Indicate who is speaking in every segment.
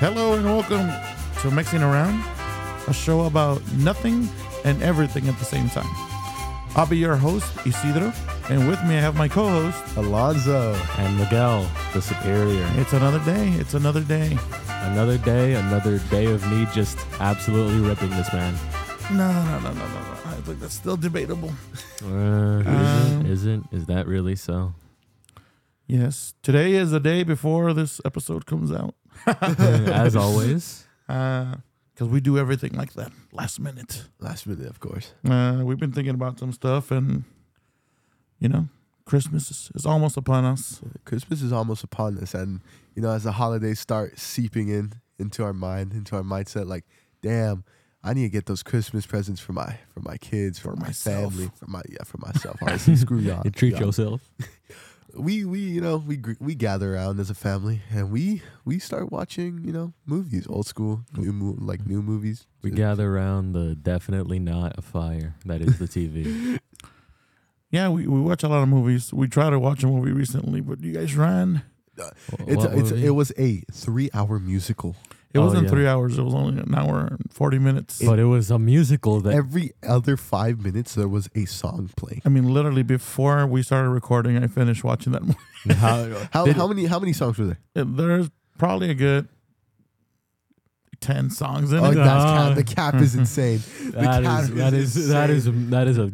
Speaker 1: Hello and welcome to Mixing Around, a show about nothing and everything at the same time. I'll be your host, Isidro, and with me I have my co host.
Speaker 2: Alonzo.
Speaker 3: and Miguel, the superior.
Speaker 1: It's another day. It's another day.
Speaker 3: Another day, another day of me just absolutely ripping this man.
Speaker 1: No, no, no, no, no, no. I think that's still debatable. Um,
Speaker 3: Uh, isn't, isn't is that really so?
Speaker 1: Yes. Today is the day before this episode comes out.
Speaker 3: As always,
Speaker 1: Because we do everything like that last minute.
Speaker 2: Last minute, of course.
Speaker 1: Uh, we've been thinking about some stuff, and, you know, Christmas is, is almost upon us.
Speaker 2: Christmas is almost upon us, and you know, as the holidays start seeping in into our mind, into our mindset, like, damn, I need to get those Christmas presents for my for my kids, for,
Speaker 1: For
Speaker 2: my
Speaker 1: myself.
Speaker 2: family, for my yeah, for myself. Honestly, screw y'all.
Speaker 3: treat
Speaker 2: Uh, Yeah.
Speaker 3: yourself.
Speaker 2: We we you know we gr- we gather around as a family, and we we start watching you know movies, old school, new mo- like new movies.
Speaker 3: We gather around the definitely not a fire that is the TV.
Speaker 1: Yeah, we, we watch a lot of movies. We tried to watch a movie recently, but you guys ran.
Speaker 2: It's,
Speaker 3: What
Speaker 2: it's
Speaker 3: movie?
Speaker 2: it was a three hour musical.
Speaker 1: It
Speaker 3: Oh,
Speaker 1: wasn't
Speaker 3: yeah.
Speaker 1: three hours. It was only an hour and 40 minutes.
Speaker 3: but it was a musical that
Speaker 2: Every other five minutes, there was a song playing.
Speaker 1: I mean, literally, before we started recording, I finished watching that movie.
Speaker 3: how,
Speaker 2: How,
Speaker 3: Did-
Speaker 2: how many how many songs were there?
Speaker 1: There's probably a good 10 songs in
Speaker 2: Oh,
Speaker 1: it. Uh,
Speaker 2: that's
Speaker 3: God.
Speaker 2: cap, the cap is insane.
Speaker 3: that
Speaker 2: cat
Speaker 3: is that
Speaker 2: is
Speaker 3: is that is that is a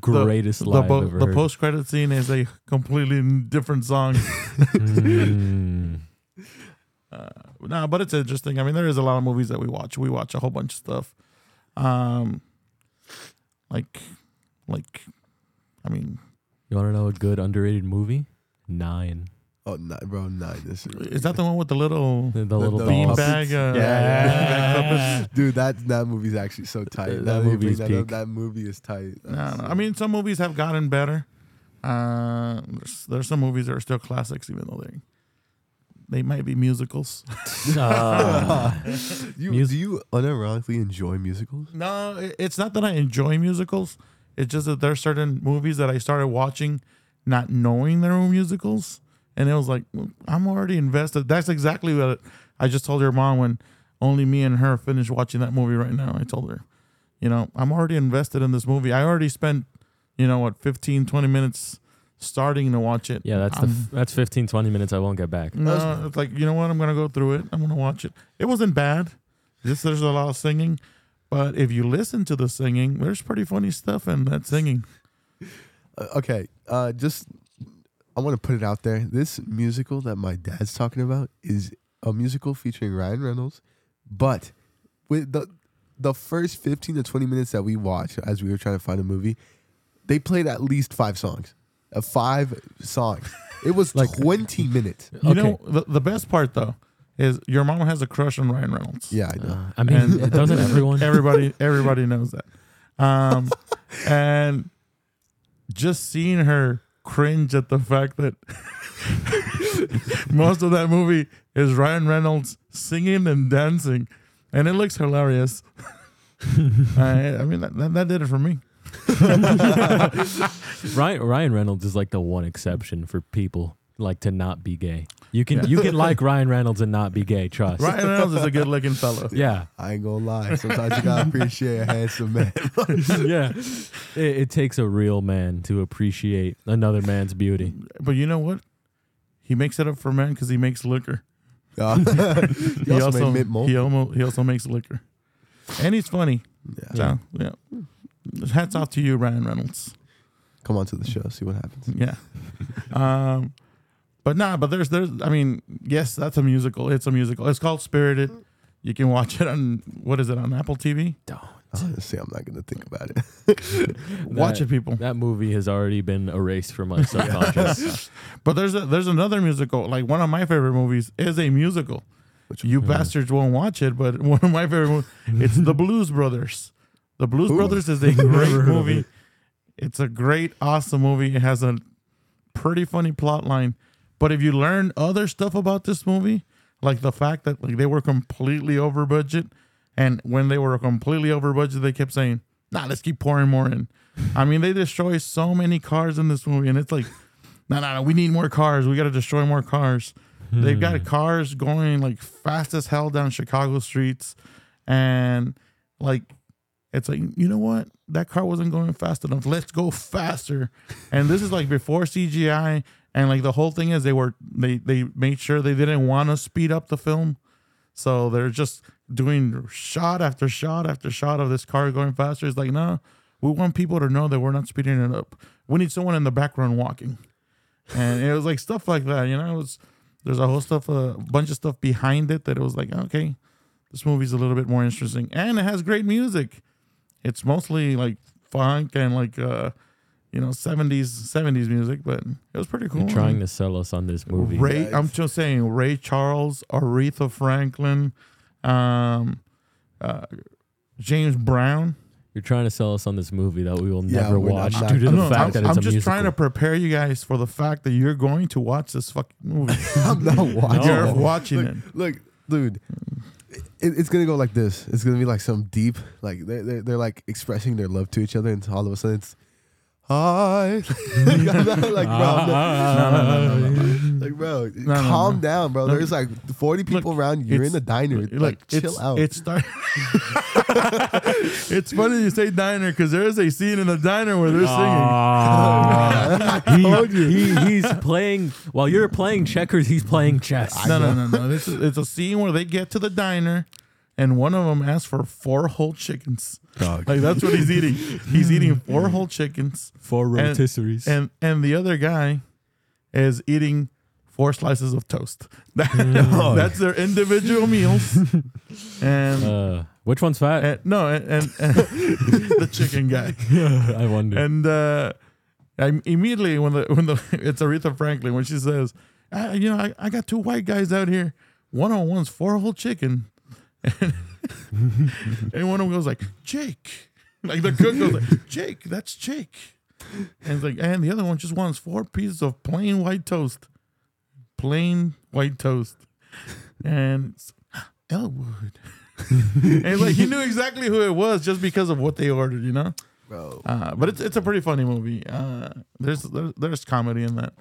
Speaker 3: greatest
Speaker 1: the,
Speaker 3: live
Speaker 1: po-
Speaker 3: ever
Speaker 1: the
Speaker 3: heard.
Speaker 1: post credit scene is a completely different song.
Speaker 3: Mm.
Speaker 1: uh, no, but it's interesting. I mean, there is a lot of movies that we watch. We watch a whole bunch of stuff. Um, like, like, I mean,
Speaker 3: You want to know a good underrated movie? Nine.
Speaker 2: Oh, nine, bro, nine. This
Speaker 1: is that the one with the little
Speaker 3: The,
Speaker 2: The-
Speaker 3: little
Speaker 2: the
Speaker 3: doll.
Speaker 2: puppet-
Speaker 1: beanbag? Uh,
Speaker 2: Yeah.
Speaker 1: beanbag puppets?
Speaker 2: dude? That that movie's actually so tight.
Speaker 3: That
Speaker 2: Now that you
Speaker 3: movie
Speaker 2: bring
Speaker 3: is
Speaker 2: that, up,
Speaker 3: peak.
Speaker 2: that movie is tight.
Speaker 1: No,
Speaker 2: That's-
Speaker 1: no. I mean, some movies have gotten better. Uh, there's, there's some movies that are still classics, even though they they might be musicals. uh,
Speaker 3: Ah.
Speaker 2: you
Speaker 3: mus-
Speaker 2: do you unironically enjoy musicals?
Speaker 1: No, it- it's not that I enjoy musicals. It's just that there are certain movies that I started watching not knowing they were musicals. And it was like, "Mm, I'm already invested. That's exactly what I just told your mom when only me and her finished watching that movie right now. I told her, you know, I'm already invested in this movie. I already spent, you know, what, 15, 20 minutes starting to watch it.
Speaker 3: Yeah, that's the
Speaker 1: I'm-
Speaker 3: f- that's 15, 20 minutes I won't get back.
Speaker 1: no, it's like you know what? I'm gonna go through it. I'm gonna watch it. It wasn't bad. Just there's a lot of singing, but if you listen to the singing, there's pretty funny stuff in that singing.
Speaker 2: Uh, okay, uh, just I want to put it out there. This musical that my dad's talking about is a musical featuring Ryan Reynolds, but with the the first fifteen to twenty minutes that we watched as we were trying to find a movie, they played at least five songs, uh, five songs. It was
Speaker 3: Like-
Speaker 2: twenty minutes.
Speaker 1: You
Speaker 3: Okay.
Speaker 1: know, the, the best part though is your mom has a crush on Ryan Reynolds.
Speaker 2: Yeah, I know.
Speaker 3: Uh, I mean, it doesn't everyone.
Speaker 1: Everybody, everybody knows that. Um, and just seeing her cringe at the fact that most of that movie is Ryan Reynolds singing and dancing, and it looks hilarious. I, I mean, that, that, that did it for me.
Speaker 3: Ryan Ryan Reynolds is like the one exception for people like to not be gay. You can you can like Ryan Reynolds and not be gay. Trust.
Speaker 1: Ryan Reynolds is a good-looking fellow.
Speaker 3: Yeah,
Speaker 2: I ain't gonna lie. Sometimes you gotta appreciate a handsome man.
Speaker 3: yeah. It, it takes a real man to appreciate another man's beauty.
Speaker 1: But you know what? He makes it up for men because he makes liquor.
Speaker 2: Uh, he also, made Mint Mobile.
Speaker 1: he, almo- he also makes liquor, and he's funny.
Speaker 2: Yeah.
Speaker 1: So yeah, hats off to you, Ryan Reynolds.
Speaker 2: Come on to the show, see what happens.
Speaker 1: Yeah. um, but nah, but there's there's I mean, yes, that's a musical. It's a musical. It's called Spirited. You can watch it on what is it on Apple TV?
Speaker 2: Honestly, Uh, I'm not gonna think about it.
Speaker 1: watch it,
Speaker 3: That-
Speaker 1: people.
Speaker 3: That movie has already been erased from my subconscious.
Speaker 1: But there's a, there's another musical. Like one of my favorite movies is a musical.
Speaker 2: Which
Speaker 1: you
Speaker 3: one?
Speaker 1: bastards won't watch it, but one of my favorite movies. It's The Blues Brothers. The Blues
Speaker 2: Ooh.
Speaker 1: Brothers is a great
Speaker 3: heard of
Speaker 1: movie.
Speaker 3: it.
Speaker 1: It's a great, awesome movie. It has a pretty funny plot line. But if you learn other stuff about this movie, like the fact that like they were completely over budget, and when they were completely over budget, they kept saying, "Nah, let's keep pouring more in." I mean, they destroy so many cars in this movie, and it's like, "No, no, no, we need more cars. We got to destroy more cars." They've got cars going like fast as hell down Chicago streets, and like it's like you know what that car wasn't going fast enough. Let's go faster. And this is like before CGI, and like the whole thing is they were they they made sure they didn't want to speed up the film, so they're just doing shot after shot after shot of this car going faster. It's like no, we want people to know that we're not speeding it up. We need someone in the background walking and it was like stuff like that. You know, it was there's a whole stuff, a bunch of stuff behind it that it was like, okay, this movie's a little bit more interesting, and it has great music. It's mostly like funk and like uh, you know, seventies seventies music, but it was pretty cool.
Speaker 3: You're trying to sell us on this movie.
Speaker 1: Ray,
Speaker 2: guys.
Speaker 1: I'm just saying, Ray Charles, Aretha Franklin, um, uh, James Brown.
Speaker 3: You're trying to sell us on this movie that we will
Speaker 2: Yeah,
Speaker 3: never
Speaker 2: we're not-
Speaker 3: watch
Speaker 2: not-
Speaker 3: due to the
Speaker 1: No,
Speaker 3: fact
Speaker 1: I'm,
Speaker 3: that it's
Speaker 1: I'm
Speaker 3: a
Speaker 1: just
Speaker 3: musical.
Speaker 1: trying to prepare you guys for the fact that you're going to watch this fucking movie.
Speaker 2: I'm not watching.
Speaker 1: You're
Speaker 2: it.
Speaker 1: watching
Speaker 2: look,
Speaker 1: it.
Speaker 2: Look, dude, it, it's gonna go like this. It's gonna be like some deep, like they're, they're, they're like expressing their love to each other, and all of a sudden it's hi. like, bro, I'm not-
Speaker 1: No, no, no, no, no.
Speaker 2: like, bro,
Speaker 1: no,
Speaker 2: calm
Speaker 1: no.
Speaker 2: down, bro.
Speaker 1: No.
Speaker 2: There's like 40 people around you. You're in
Speaker 1: it's-
Speaker 2: the diner. Like, chill
Speaker 1: it's,
Speaker 2: out.
Speaker 1: It's start- It's funny you say diner because there is a scene in the diner where they're singing.
Speaker 3: Ah. he, he, he's playing while you're playing checkers. He's playing chess.
Speaker 1: No, no, no, no. This is, it's a scene where they get to the diner, and one of them asks for four whole chickens.
Speaker 2: Dog.
Speaker 1: Like that's what he's eating. He's eating four whole chickens,
Speaker 3: Four
Speaker 1: And-
Speaker 3: rotisseries.
Speaker 1: and and the other guy is eating four slices of toast. that's their individual meals, and.
Speaker 3: uh, which one's fat?
Speaker 1: and- no, and, and, and the chicken guy.
Speaker 3: I wonder.
Speaker 1: And uh, I immediately when the when the it's Aretha Franklin when she says, I, you know, I, I got two white guys out here. One on one's four whole chicken, and, and one of them goes like Jake, like the cook goes like Jake, that's Jake, and it's like and the other one just wants four pieces of plain white toast, plain white toast, and it's, Elwood. and like he knew exactly who it was just because of what they ordered, you know.
Speaker 2: bro.
Speaker 1: Uh, but it's it's a pretty funny movie. Uh, there's there, there's comedy in that.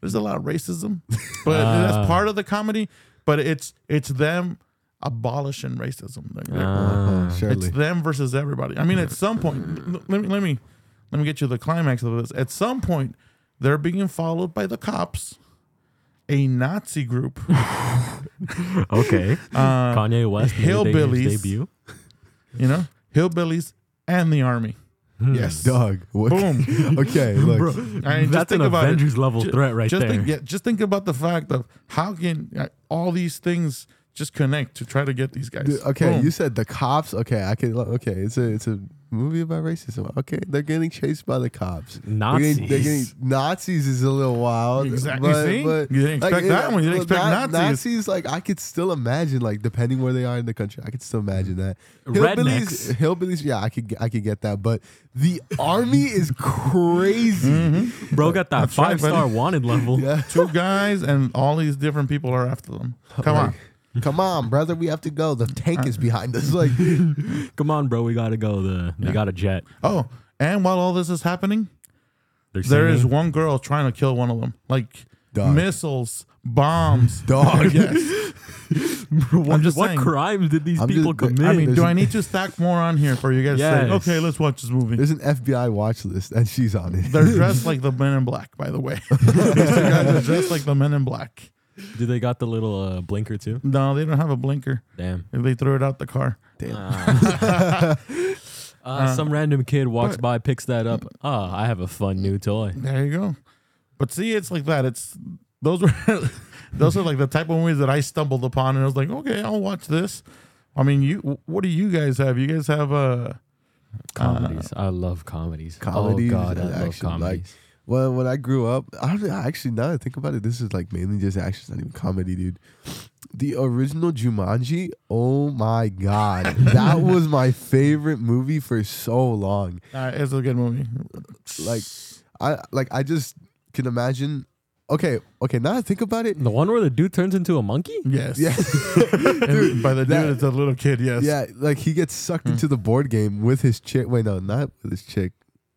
Speaker 1: There's a lot of racism, but
Speaker 3: Ah.
Speaker 1: that's part of the comedy. But it's it's them abolishing racism. Like, they're-
Speaker 3: Ah.
Speaker 1: uh, it's
Speaker 2: Surely.
Speaker 1: them versus everybody. I mean, at some point, l- let me let me let me get you the climax of this. At some point, they're being followed by the cops, a Nazi group,
Speaker 3: okay.
Speaker 1: uh,
Speaker 3: Kanye West made a
Speaker 1: Hillbillies.
Speaker 3: his debut.
Speaker 1: you know, hillbillies, and the army.
Speaker 3: Hmm.
Speaker 2: Yes. Dog. What-
Speaker 1: Boom.
Speaker 2: Okay, look.
Speaker 1: I mean, just
Speaker 3: That's an
Speaker 1: think about it.
Speaker 3: Avengers level
Speaker 1: Ju-
Speaker 3: threat right
Speaker 1: just
Speaker 3: there.
Speaker 1: Think, yeah, just think about the fact of how can uh, all these things just connect to try to get these guys.
Speaker 2: Dude, okay,
Speaker 1: Boom.
Speaker 2: you said the cops. Okay, I can. Okay, it's a it's a movie about racism. Okay, they're getting chased by the cops. They're getting- They're getting,
Speaker 3: Nazis.
Speaker 2: Nazis is a little wild.
Speaker 1: Exactly, see? You didn't
Speaker 2: like,
Speaker 1: expect that
Speaker 2: it-
Speaker 1: one. You didn't
Speaker 2: well,
Speaker 1: expect
Speaker 2: Na-
Speaker 1: Nazis.
Speaker 2: Nazis, like I could still imagine, like depending where they are in the country, I could still imagine that. Hillbillies,
Speaker 3: Rednecks.
Speaker 2: hillbillies. Yeah, I could get- I could get that, but the army is crazy.
Speaker 1: Mm-hmm.
Speaker 3: Bro got that
Speaker 1: That's right,
Speaker 3: five star
Speaker 1: buddy.
Speaker 3: wanted level.
Speaker 2: Yeah.
Speaker 1: Two guys and all these different people are after them. Come on. Uh,
Speaker 2: Like, Come on, brother, we have to go. The tank is behind us. Like,
Speaker 3: Come on, bro. We gotta go. The they got a jet.
Speaker 1: Oh, and while all this is happening,
Speaker 3: They're
Speaker 1: there is
Speaker 3: singing.
Speaker 1: one girl trying to kill one of them. Like
Speaker 2: Dog.
Speaker 1: missiles, bombs.
Speaker 2: Dog.
Speaker 1: yes.
Speaker 3: what,
Speaker 1: I'm just
Speaker 3: what
Speaker 1: saying.
Speaker 3: crimes did these
Speaker 2: I'm just-
Speaker 3: people
Speaker 2: I mean,
Speaker 3: commit?
Speaker 1: I mean,
Speaker 2: There's-
Speaker 1: do I need to stack more on here for you guys to
Speaker 3: Yes.
Speaker 1: say, okay, let's watch this movie?
Speaker 2: there's an FBI watch list, and she's on it.
Speaker 1: They're dressed like the men in black, by the way. These two guys are dressed like the men in black.
Speaker 3: do they got the little uh, blinker too?
Speaker 1: No, they don't have a blinker.
Speaker 3: Damn.
Speaker 1: They threw it out the car.
Speaker 3: Uh, some random kid walks by, picks that up. Ah, I have a fun new toy.
Speaker 1: There you go. But see, it's like that. It's those were those are like the type of movies that I stumbled upon, and I was like, okay, I'll watch this. I mean, you. What do you guys have? You guys have uh,
Speaker 3: Comedies.
Speaker 1: Ah.
Speaker 3: I love comedies.
Speaker 2: Comedies
Speaker 3: Oh god, I
Speaker 2: and
Speaker 3: love
Speaker 2: action, like-
Speaker 3: comedies.
Speaker 2: Well, when I grew up, I don't know, actually now that I think about it, this is like mainly just action, it's not even comedy, dude. The original Jumanji, oh my god, that was my favorite movie for so long.
Speaker 1: uh it's a good movie.
Speaker 2: Like, I like I just can imagine. Okay, okay, now that I think about it,
Speaker 3: the one where the dude turns into a monkey.
Speaker 1: Yes.
Speaker 2: yeah,
Speaker 1: And by the dude,
Speaker 2: that-
Speaker 1: it's a little kid. Yes.
Speaker 2: yeah, like he gets sucked
Speaker 1: Hmm.
Speaker 2: into the board game with his chick. Wait, no, not with his chick.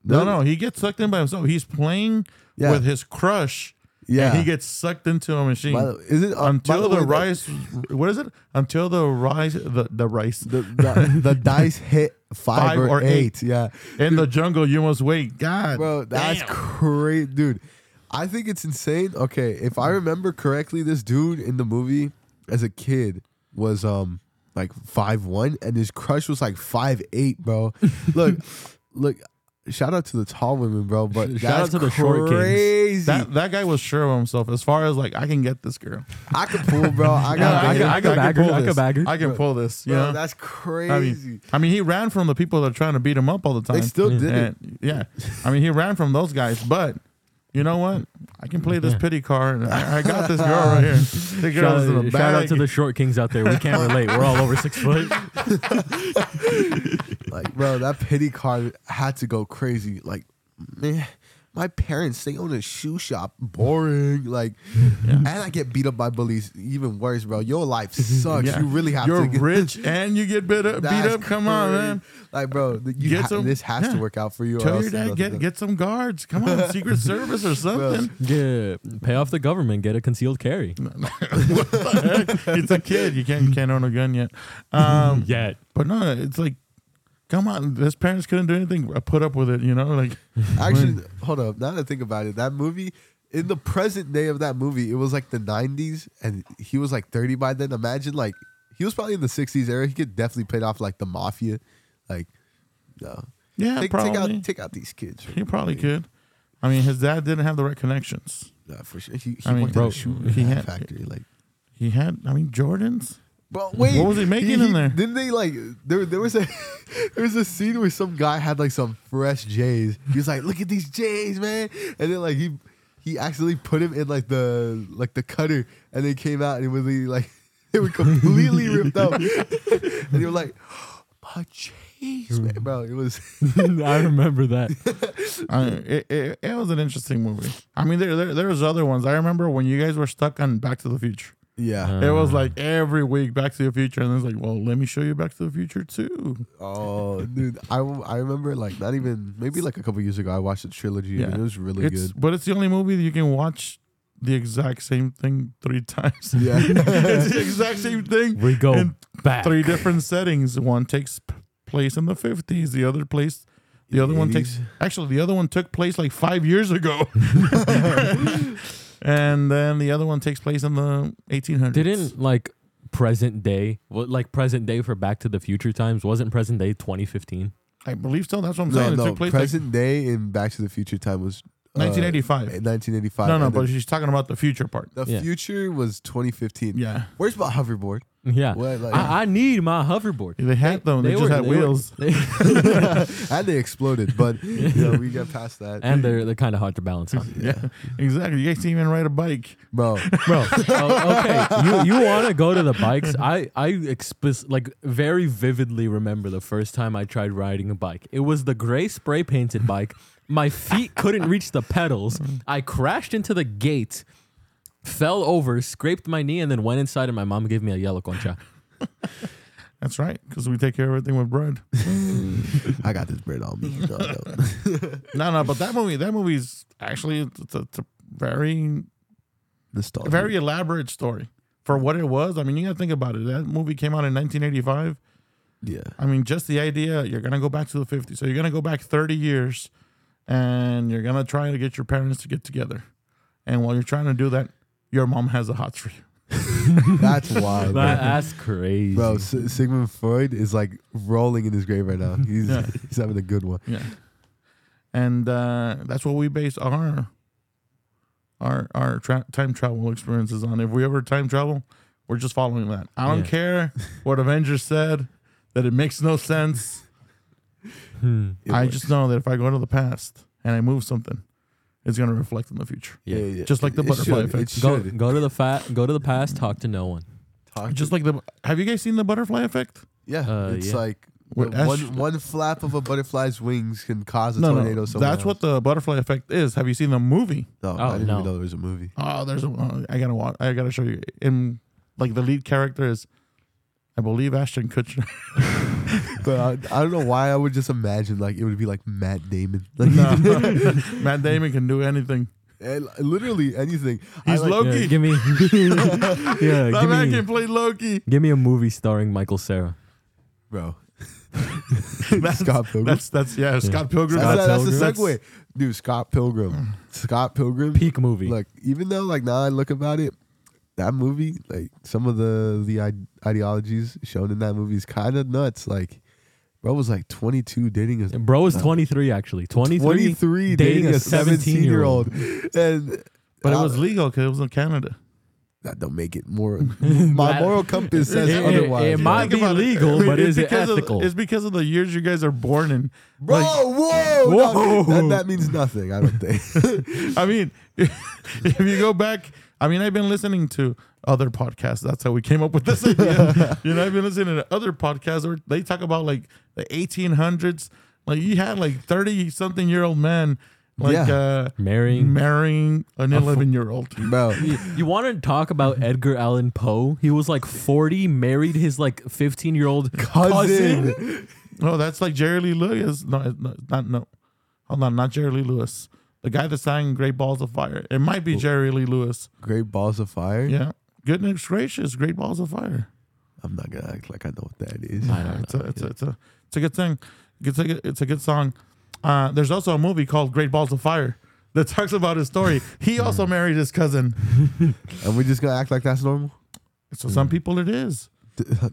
Speaker 1: No, no, he gets sucked in by himself. He's playing
Speaker 2: Yeah.
Speaker 1: with his crush Yeah.
Speaker 2: Yeah.
Speaker 1: he gets sucked into a machine.
Speaker 2: By the- is it uh, by
Speaker 1: until the,
Speaker 2: way,
Speaker 1: rice, what is it? Until the rice, the, the rice
Speaker 2: The, the, the dice hit five,
Speaker 1: Five
Speaker 2: or,
Speaker 1: or
Speaker 2: eight.
Speaker 1: eight.
Speaker 2: Yeah.
Speaker 1: in the jungle, you must wait. God,
Speaker 2: Bro, that's
Speaker 1: damn.
Speaker 2: crazy. Dude, I think it's insane. Okay, if I remember correctly, this dude in the movie as a kid was um like five one, and his crush was like five eight, bro. Look, look, shout out to the tall women, bro. But
Speaker 3: Shout
Speaker 2: that's
Speaker 3: out to the short kings.
Speaker 2: crazy.
Speaker 1: that that guy was sure of himself as far as like I can get this girl.
Speaker 2: I could pull, bro. I got
Speaker 3: I
Speaker 2: it.
Speaker 3: can- I can bag her.
Speaker 1: pull
Speaker 3: I can
Speaker 1: this.
Speaker 3: bag her.
Speaker 1: I can pull this.
Speaker 2: Bro,
Speaker 1: Yeah,
Speaker 2: that's crazy.
Speaker 1: I mean, I mean, he ran from the people that are trying to beat him up all the time.
Speaker 2: they still did it.
Speaker 1: And, yeah, I mean, he ran from those guys, but. You know what? I can play this
Speaker 3: Yeah.
Speaker 1: pity card. and I, I got this girl right here. The
Speaker 3: Shout,
Speaker 1: girl's in the
Speaker 3: shout out
Speaker 1: bag.
Speaker 3: to the short kings out there. We can't relate. We're all over six foot.
Speaker 2: Like, bro, that pity card had to go crazy. Like, man, my parents they own a shoe shop. Boring. Like, and I get beat up by bullies. Even worse, bro. Your life sucks.
Speaker 1: Yeah.
Speaker 2: You really have
Speaker 1: You're
Speaker 2: to. Get,
Speaker 1: rich and you get beat up. Beat
Speaker 2: That's
Speaker 1: up. Come on,
Speaker 2: crazy.
Speaker 1: man.
Speaker 2: Like, bro, th- you
Speaker 1: Get
Speaker 2: ha-
Speaker 1: some-
Speaker 2: this has to
Speaker 1: yeah.
Speaker 2: work out for you. or
Speaker 1: Tell
Speaker 2: else
Speaker 1: your
Speaker 2: it
Speaker 1: dad
Speaker 2: doesn't-
Speaker 1: get get some guards. Come on, Secret Service or something.
Speaker 3: Yeah, pay off the government. Get a concealed carry.
Speaker 1: what the heck? It's a kid. You can't you can't own a gun yet. Um,
Speaker 3: Yet.
Speaker 1: but no, it's like, come on. His parents couldn't do anything. I put up with it. You know, like
Speaker 2: Actually, hold up. Now that I think about it, that movie. In the present day of that movie, it was like the 90s, and he was like 30 by then. Imagine, like, he was probably in the 60s era. He could definitely played off like the mafia. Like, no.
Speaker 1: yeah,
Speaker 2: Take, take,
Speaker 1: probably.
Speaker 2: out, take out these kids.
Speaker 1: he probably could. I mean, his dad didn't have the right connections.
Speaker 2: Nah, for sure. He, he
Speaker 1: I mean,
Speaker 2: worked
Speaker 1: bro,
Speaker 2: at a shoe
Speaker 1: he had-
Speaker 2: factory. Like,
Speaker 1: He had, I mean, Jordans.
Speaker 2: Bro, wait.
Speaker 1: What was he making in there?
Speaker 2: Didn't they like there? There was a there was a scene where some guy had like some fresh J's. He was like, "Look at these J's, man!" And then like he he accidentally put him in like the like the cutter, and they came out and it was like they were completely ripped up, and they were like, "My J's, man, bro!" It was
Speaker 3: I remember that.
Speaker 1: I, it, it, it was an interesting movie. I mean, there, there there was other ones. I remember when you guys were stuck on Back to the Future.
Speaker 2: yeah.
Speaker 3: Uh,
Speaker 1: It was like every week Back to the Future, and it's like, well, let me show you Back to the Future too.
Speaker 2: Oh, dude, I, I remember like not even maybe like a couple years ago. I watched the trilogy and
Speaker 1: Yeah.
Speaker 2: it was really
Speaker 1: It's
Speaker 2: good.
Speaker 1: but it's the only movie that you can watch the exact same thing three times.
Speaker 2: Yeah.
Speaker 1: it's the exact same thing.
Speaker 3: We go
Speaker 1: in
Speaker 3: back.
Speaker 1: three different settings. One takes p- place in the fifties. The other place. The other one takes
Speaker 2: 80s.
Speaker 1: actually the other one took place like five years ago, and then the other one takes place in the eighteen hundreds.
Speaker 3: Didn't like present day, well, like present day for Back to the Future times, wasn't present day 2015?
Speaker 1: I believe so? That's what I'm
Speaker 2: No,
Speaker 1: saying. it
Speaker 2: no. uh,
Speaker 1: took place
Speaker 2: Present day in Back to the Future time was uh,
Speaker 1: like 1985.
Speaker 2: 1985.
Speaker 1: no, no,
Speaker 2: and
Speaker 1: but
Speaker 2: the,
Speaker 1: she's talking about the future part.
Speaker 2: the
Speaker 3: Yeah.
Speaker 2: future was 2015.
Speaker 1: Yeah,
Speaker 2: Where's my hoverboard?
Speaker 3: Yeah.
Speaker 2: What, like-
Speaker 3: I, I need my hoverboard.
Speaker 1: they had them. They, just
Speaker 3: were-
Speaker 1: had
Speaker 3: were-
Speaker 1: wheels.
Speaker 2: and they exploded, but you know, we got past that.
Speaker 3: and they're, they're kind of hard to balance on.
Speaker 1: yeah. exactly. You guys didn't even ride a bike.
Speaker 2: Bro,
Speaker 3: Bro, oh, okay. You, you want to go to the bikes? I, I explicit, like very vividly remember the first time I tried riding a bike. It was the gray spray painted bike. My feet couldn't reach the pedals. I crashed into the gate, fell over, scraped my knee, and then went inside, and my mom gave me a yellow concha.
Speaker 1: That's right, because we take care of everything with bread.
Speaker 2: I got this bread on me. No, no.
Speaker 1: no, no, but that movie, that movie's actually it's a, it's a very,
Speaker 2: Nostalgia.
Speaker 1: very elaborate story for what it was. I mean, you got to think about it. That movie came out in 1985.
Speaker 2: yeah.
Speaker 1: I mean, just the idea you're gonna go back to the 50s, so you're gonna go back 30 years, and you're gonna try to get your parents to get together, and while you're trying to do that, your mom has a hot for you.
Speaker 2: That's wild. bro.
Speaker 3: That- that's crazy.
Speaker 2: Bro, S- Sigmund Freud is like rolling in his grave right now. He's
Speaker 1: Yeah.
Speaker 2: he's having a good one.
Speaker 1: Yeah. And uh, that's what we base our our our tra- time travel experiences on. If we ever time travel, we're just following that. I don't
Speaker 3: Yeah.
Speaker 1: care what Avengers said that it makes no sense.
Speaker 3: Hmm.
Speaker 2: It
Speaker 1: I
Speaker 2: works.
Speaker 1: just know that if I go to the past and I move something, it's going to reflect in the future.
Speaker 2: yeah, yeah.
Speaker 1: just like the
Speaker 2: It
Speaker 1: butterfly
Speaker 2: should,
Speaker 1: effect.
Speaker 2: It
Speaker 3: Go,
Speaker 2: should.
Speaker 3: go to the fat. Go to the past. Talk to no one.
Speaker 2: Talk
Speaker 1: Just like the Have you guys seen the butterfly effect?
Speaker 2: Yeah,
Speaker 3: Uh,
Speaker 2: it's
Speaker 3: yeah.
Speaker 2: like
Speaker 1: What,
Speaker 2: the one
Speaker 1: astro-
Speaker 2: one flap of a butterfly's wings can cause a tornado. somewhere
Speaker 1: That's what the butterfly effect is. Have you seen the movie?
Speaker 2: No,
Speaker 3: Oh,
Speaker 2: I didn't
Speaker 3: no.
Speaker 2: even know there was a movie.
Speaker 1: Oh, there's a. oh, I gotta watch. I gotta show you. In like the lead character is, I believe Ashton Kutcher.
Speaker 2: But I, I don't know why I would just imagine like it would be like Matt Damon. Like,
Speaker 1: No. Matt Damon can do anything.
Speaker 2: And literally anything. I
Speaker 1: He's
Speaker 2: like-
Speaker 1: low- Loki.
Speaker 3: Yeah, give me, yeah,
Speaker 1: That man can
Speaker 3: give me,
Speaker 1: play Loki.
Speaker 3: give me a movie starring Michael Sarah.
Speaker 2: bro.
Speaker 1: That's,
Speaker 2: Scott Pilgrim.
Speaker 1: That's that's yeah, Scott Pilgrim.
Speaker 2: That's,
Speaker 1: That's-
Speaker 2: that's the
Speaker 1: Pilgrim.
Speaker 2: segue, dude. Scott Pilgrim. Scott Pilgrim.
Speaker 3: Peak movie.
Speaker 2: Look, even though like now I look about it, that movie, like some of the the ide- ideologies shown in that movie is kind of nuts. Like, bro was like 22 dating a
Speaker 3: Bro is 23 actually. 23,
Speaker 2: 23 dating, a 17 year old, and
Speaker 1: but it
Speaker 2: I-
Speaker 1: was legal because it was in Canada.
Speaker 2: that don't make it more. my
Speaker 3: That-
Speaker 2: moral compass says
Speaker 3: It- it-
Speaker 2: otherwise.
Speaker 3: it
Speaker 2: bro.
Speaker 3: might
Speaker 1: Think
Speaker 3: be
Speaker 1: about
Speaker 3: legal, but
Speaker 1: it's
Speaker 3: is it
Speaker 1: because of-
Speaker 3: ethical?
Speaker 1: it's because of the years you guys are born in.
Speaker 2: Bro,
Speaker 1: Like,
Speaker 2: whoa,
Speaker 3: Whoa.
Speaker 2: no, that, that means nothing. I don't think.
Speaker 1: I mean, if you go back, I mean, I've been listening to other podcasts. That's how we came up with this idea. you know, I've been listening to other podcasts where they talk about like the 1800s. Like you had like 30 something year old man, like
Speaker 2: Yeah.
Speaker 1: uh,
Speaker 3: Marrying.
Speaker 1: marrying an 11 year old.
Speaker 2: bro,
Speaker 3: You- You want to talk about Edgar Allan Poe? He was like 40, married his like 15 year old
Speaker 2: cousin.
Speaker 1: No, Oh, that's like Jerry Lee Lewis. No, it's not, not no. Hold on, not Jerry Lee Lewis. The guy that sang "Great Balls of Fire." It might be Jerry Lee Lewis.
Speaker 2: Great balls of fire.
Speaker 1: Yeah. Goodness gracious, "Great Balls of Fire."
Speaker 2: I'm not gonna act like I know what that is.
Speaker 3: I don't
Speaker 1: It's a,
Speaker 3: know.
Speaker 1: it's, a, it's, a, it's a good thing. It's a, it's a good song. Uh, there's also a movie called Great Balls of Fire that talks about his story. He
Speaker 2: Hmm.
Speaker 1: also married his cousin.
Speaker 2: And we're just gonna act like that's normal.
Speaker 1: So
Speaker 2: Hmm.
Speaker 1: some people it is.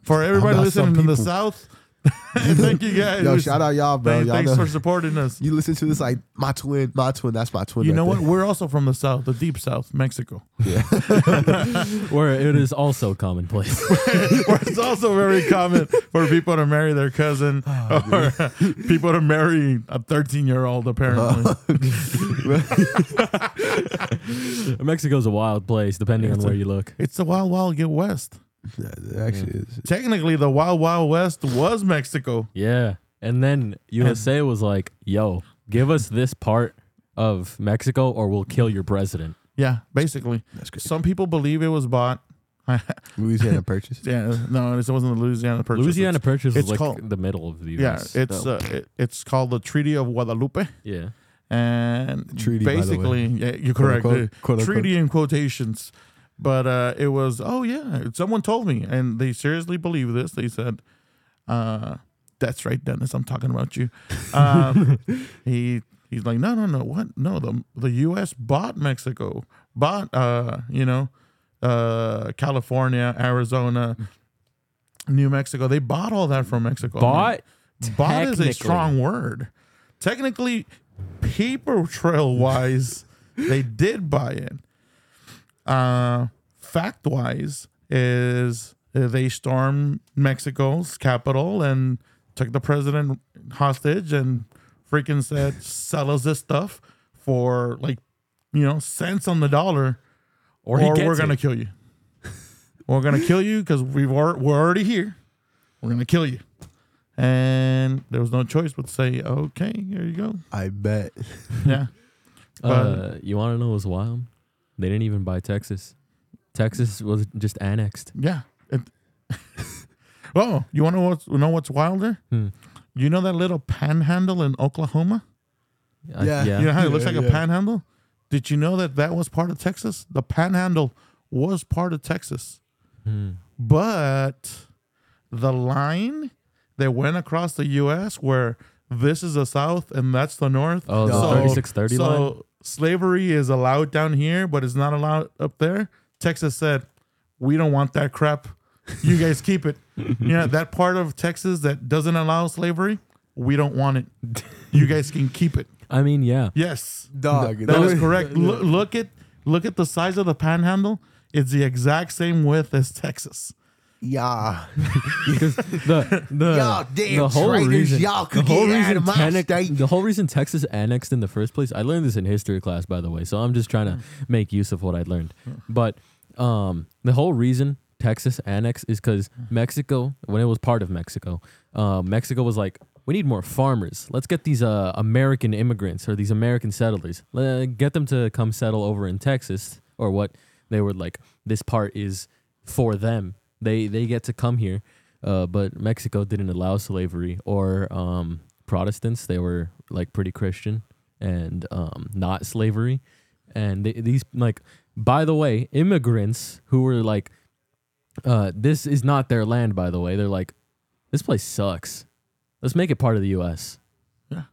Speaker 1: For everybody
Speaker 2: uh, not some
Speaker 1: listening in the
Speaker 2: people.
Speaker 1: South, thank you guys.
Speaker 2: Yo, shout out y'all, bro.
Speaker 1: Thank-
Speaker 2: y'all
Speaker 1: thanks
Speaker 2: know-
Speaker 1: for supporting us.
Speaker 2: you listen to this like my twin, my twin. That's my twin.
Speaker 1: You
Speaker 2: right
Speaker 1: know what?
Speaker 2: there.
Speaker 1: We're also from the South, the deep South, Mexico.
Speaker 3: where it is also commonplace.
Speaker 1: Where it's also very common for people to marry their cousin
Speaker 2: Oh,
Speaker 1: or people to marry a 13 year old, apparently.
Speaker 3: Mexico's a wild place, depending on where you look.
Speaker 1: it's the Wild Wild Get West.
Speaker 2: Yeah, it actually is.
Speaker 1: Technically, the Wild Wild West was Mexico.
Speaker 3: Yeah. And then USA was like, yo, give us this part of Mexico or we'll kill your president.
Speaker 1: Yeah, basically.
Speaker 2: That's great.
Speaker 1: Some people believe it was bought.
Speaker 2: Louisiana purchase.
Speaker 1: yeah, no, it wasn't the Louisiana Purchase.
Speaker 3: Louisiana
Speaker 1: It's-
Speaker 3: Purchase was
Speaker 1: it's
Speaker 3: like
Speaker 1: called-
Speaker 3: the middle of the
Speaker 1: yeah,
Speaker 3: US.
Speaker 1: it's uh, it- it's called the Treaty of Guadalupe,
Speaker 3: yeah.
Speaker 1: and
Speaker 2: Treaty, by the way.
Speaker 1: basically, yeah, you're correct.
Speaker 2: unquote,
Speaker 1: the
Speaker 2: quote unquote.
Speaker 1: treaty in quotations, but uh, it was oh yeah, someone told me, and they seriously believe this. They said, uh, "That's right, Dennis, I'm talking about you." Um, he he's like, "No, no, no, what? No, the the U.S. bought Mexico, bought uh, you know, uh, California, Arizona." New Mexico, they bought all that from Mexico.
Speaker 3: Bought
Speaker 1: Bought is a
Speaker 3: Technically.
Speaker 1: strong word. Technically, paper trail wise, they did buy it. Uh, fact wise, is uh, they stormed Mexico's capital and took the president hostage and freaking said, sell us this stuff for like, you know, cents on the dollar
Speaker 3: or, he
Speaker 1: or
Speaker 3: gets
Speaker 1: we're gonna
Speaker 3: it.
Speaker 1: kill you. we're gonna kill you because we've al- we're already here. We're gonna kill you. And there was no choice but to say, okay, here you go.
Speaker 2: I bet.
Speaker 1: Yeah.
Speaker 3: Uh, you want to know what's wild? They didn't even buy Texas. Texas was just annexed.
Speaker 1: Yeah. It, oh, you want to know what's, know what's wilder?
Speaker 3: Hmm.
Speaker 1: You know that little panhandle in Oklahoma?
Speaker 3: I-
Speaker 2: Yeah.
Speaker 1: You know how it looks
Speaker 2: Yeah,
Speaker 1: like a
Speaker 2: yeah.
Speaker 1: panhandle? Did you know that that was part of Texas? The panhandle was part of Texas.
Speaker 3: Hmm.
Speaker 1: but the line that went across the U.S. where this is the South and that's the North.
Speaker 3: Oh, the
Speaker 2: No.
Speaker 3: 3630
Speaker 1: so
Speaker 3: line?
Speaker 1: slavery is allowed down here, but it's not allowed up there. Texas said, "We don't want that crap. You guys keep it. you know that part of Texas that doesn't allow slavery, we don't want it. You guys can keep it."
Speaker 3: I mean, yeah.
Speaker 1: Yes.
Speaker 2: Dog.
Speaker 1: That is
Speaker 2: was-
Speaker 1: correct. Look, look at look at the size of the panhandle. It's the exact same width as Texas.
Speaker 2: Yeah.
Speaker 3: Because the the,
Speaker 2: Y'all damn
Speaker 3: the whole
Speaker 2: traitors,
Speaker 3: reason
Speaker 2: y'all could
Speaker 3: the whole
Speaker 2: get out
Speaker 3: reason
Speaker 2: of my
Speaker 3: Tenex-
Speaker 2: state.
Speaker 3: the whole reason Texas annexed in the first place. I learned this in history class, by the way, so I'm just trying to make use of what I learned. But um, the whole reason Texas annexed is because Mexico, when it was part of Mexico, uh, Mexico was like, we need more farmers. Let's get these uh, American immigrants or these American settlers. le- get them to come settle over in Texas or what they were like. This part is for them. They they get to come here, uh, but Mexico didn't allow slavery or um, Protestants. They were like pretty Christian and um, not slavery, and they, these like by the way immigrants who were like uh this is not their land by the way they're like this place sucks let's make it part of the us
Speaker 1: No,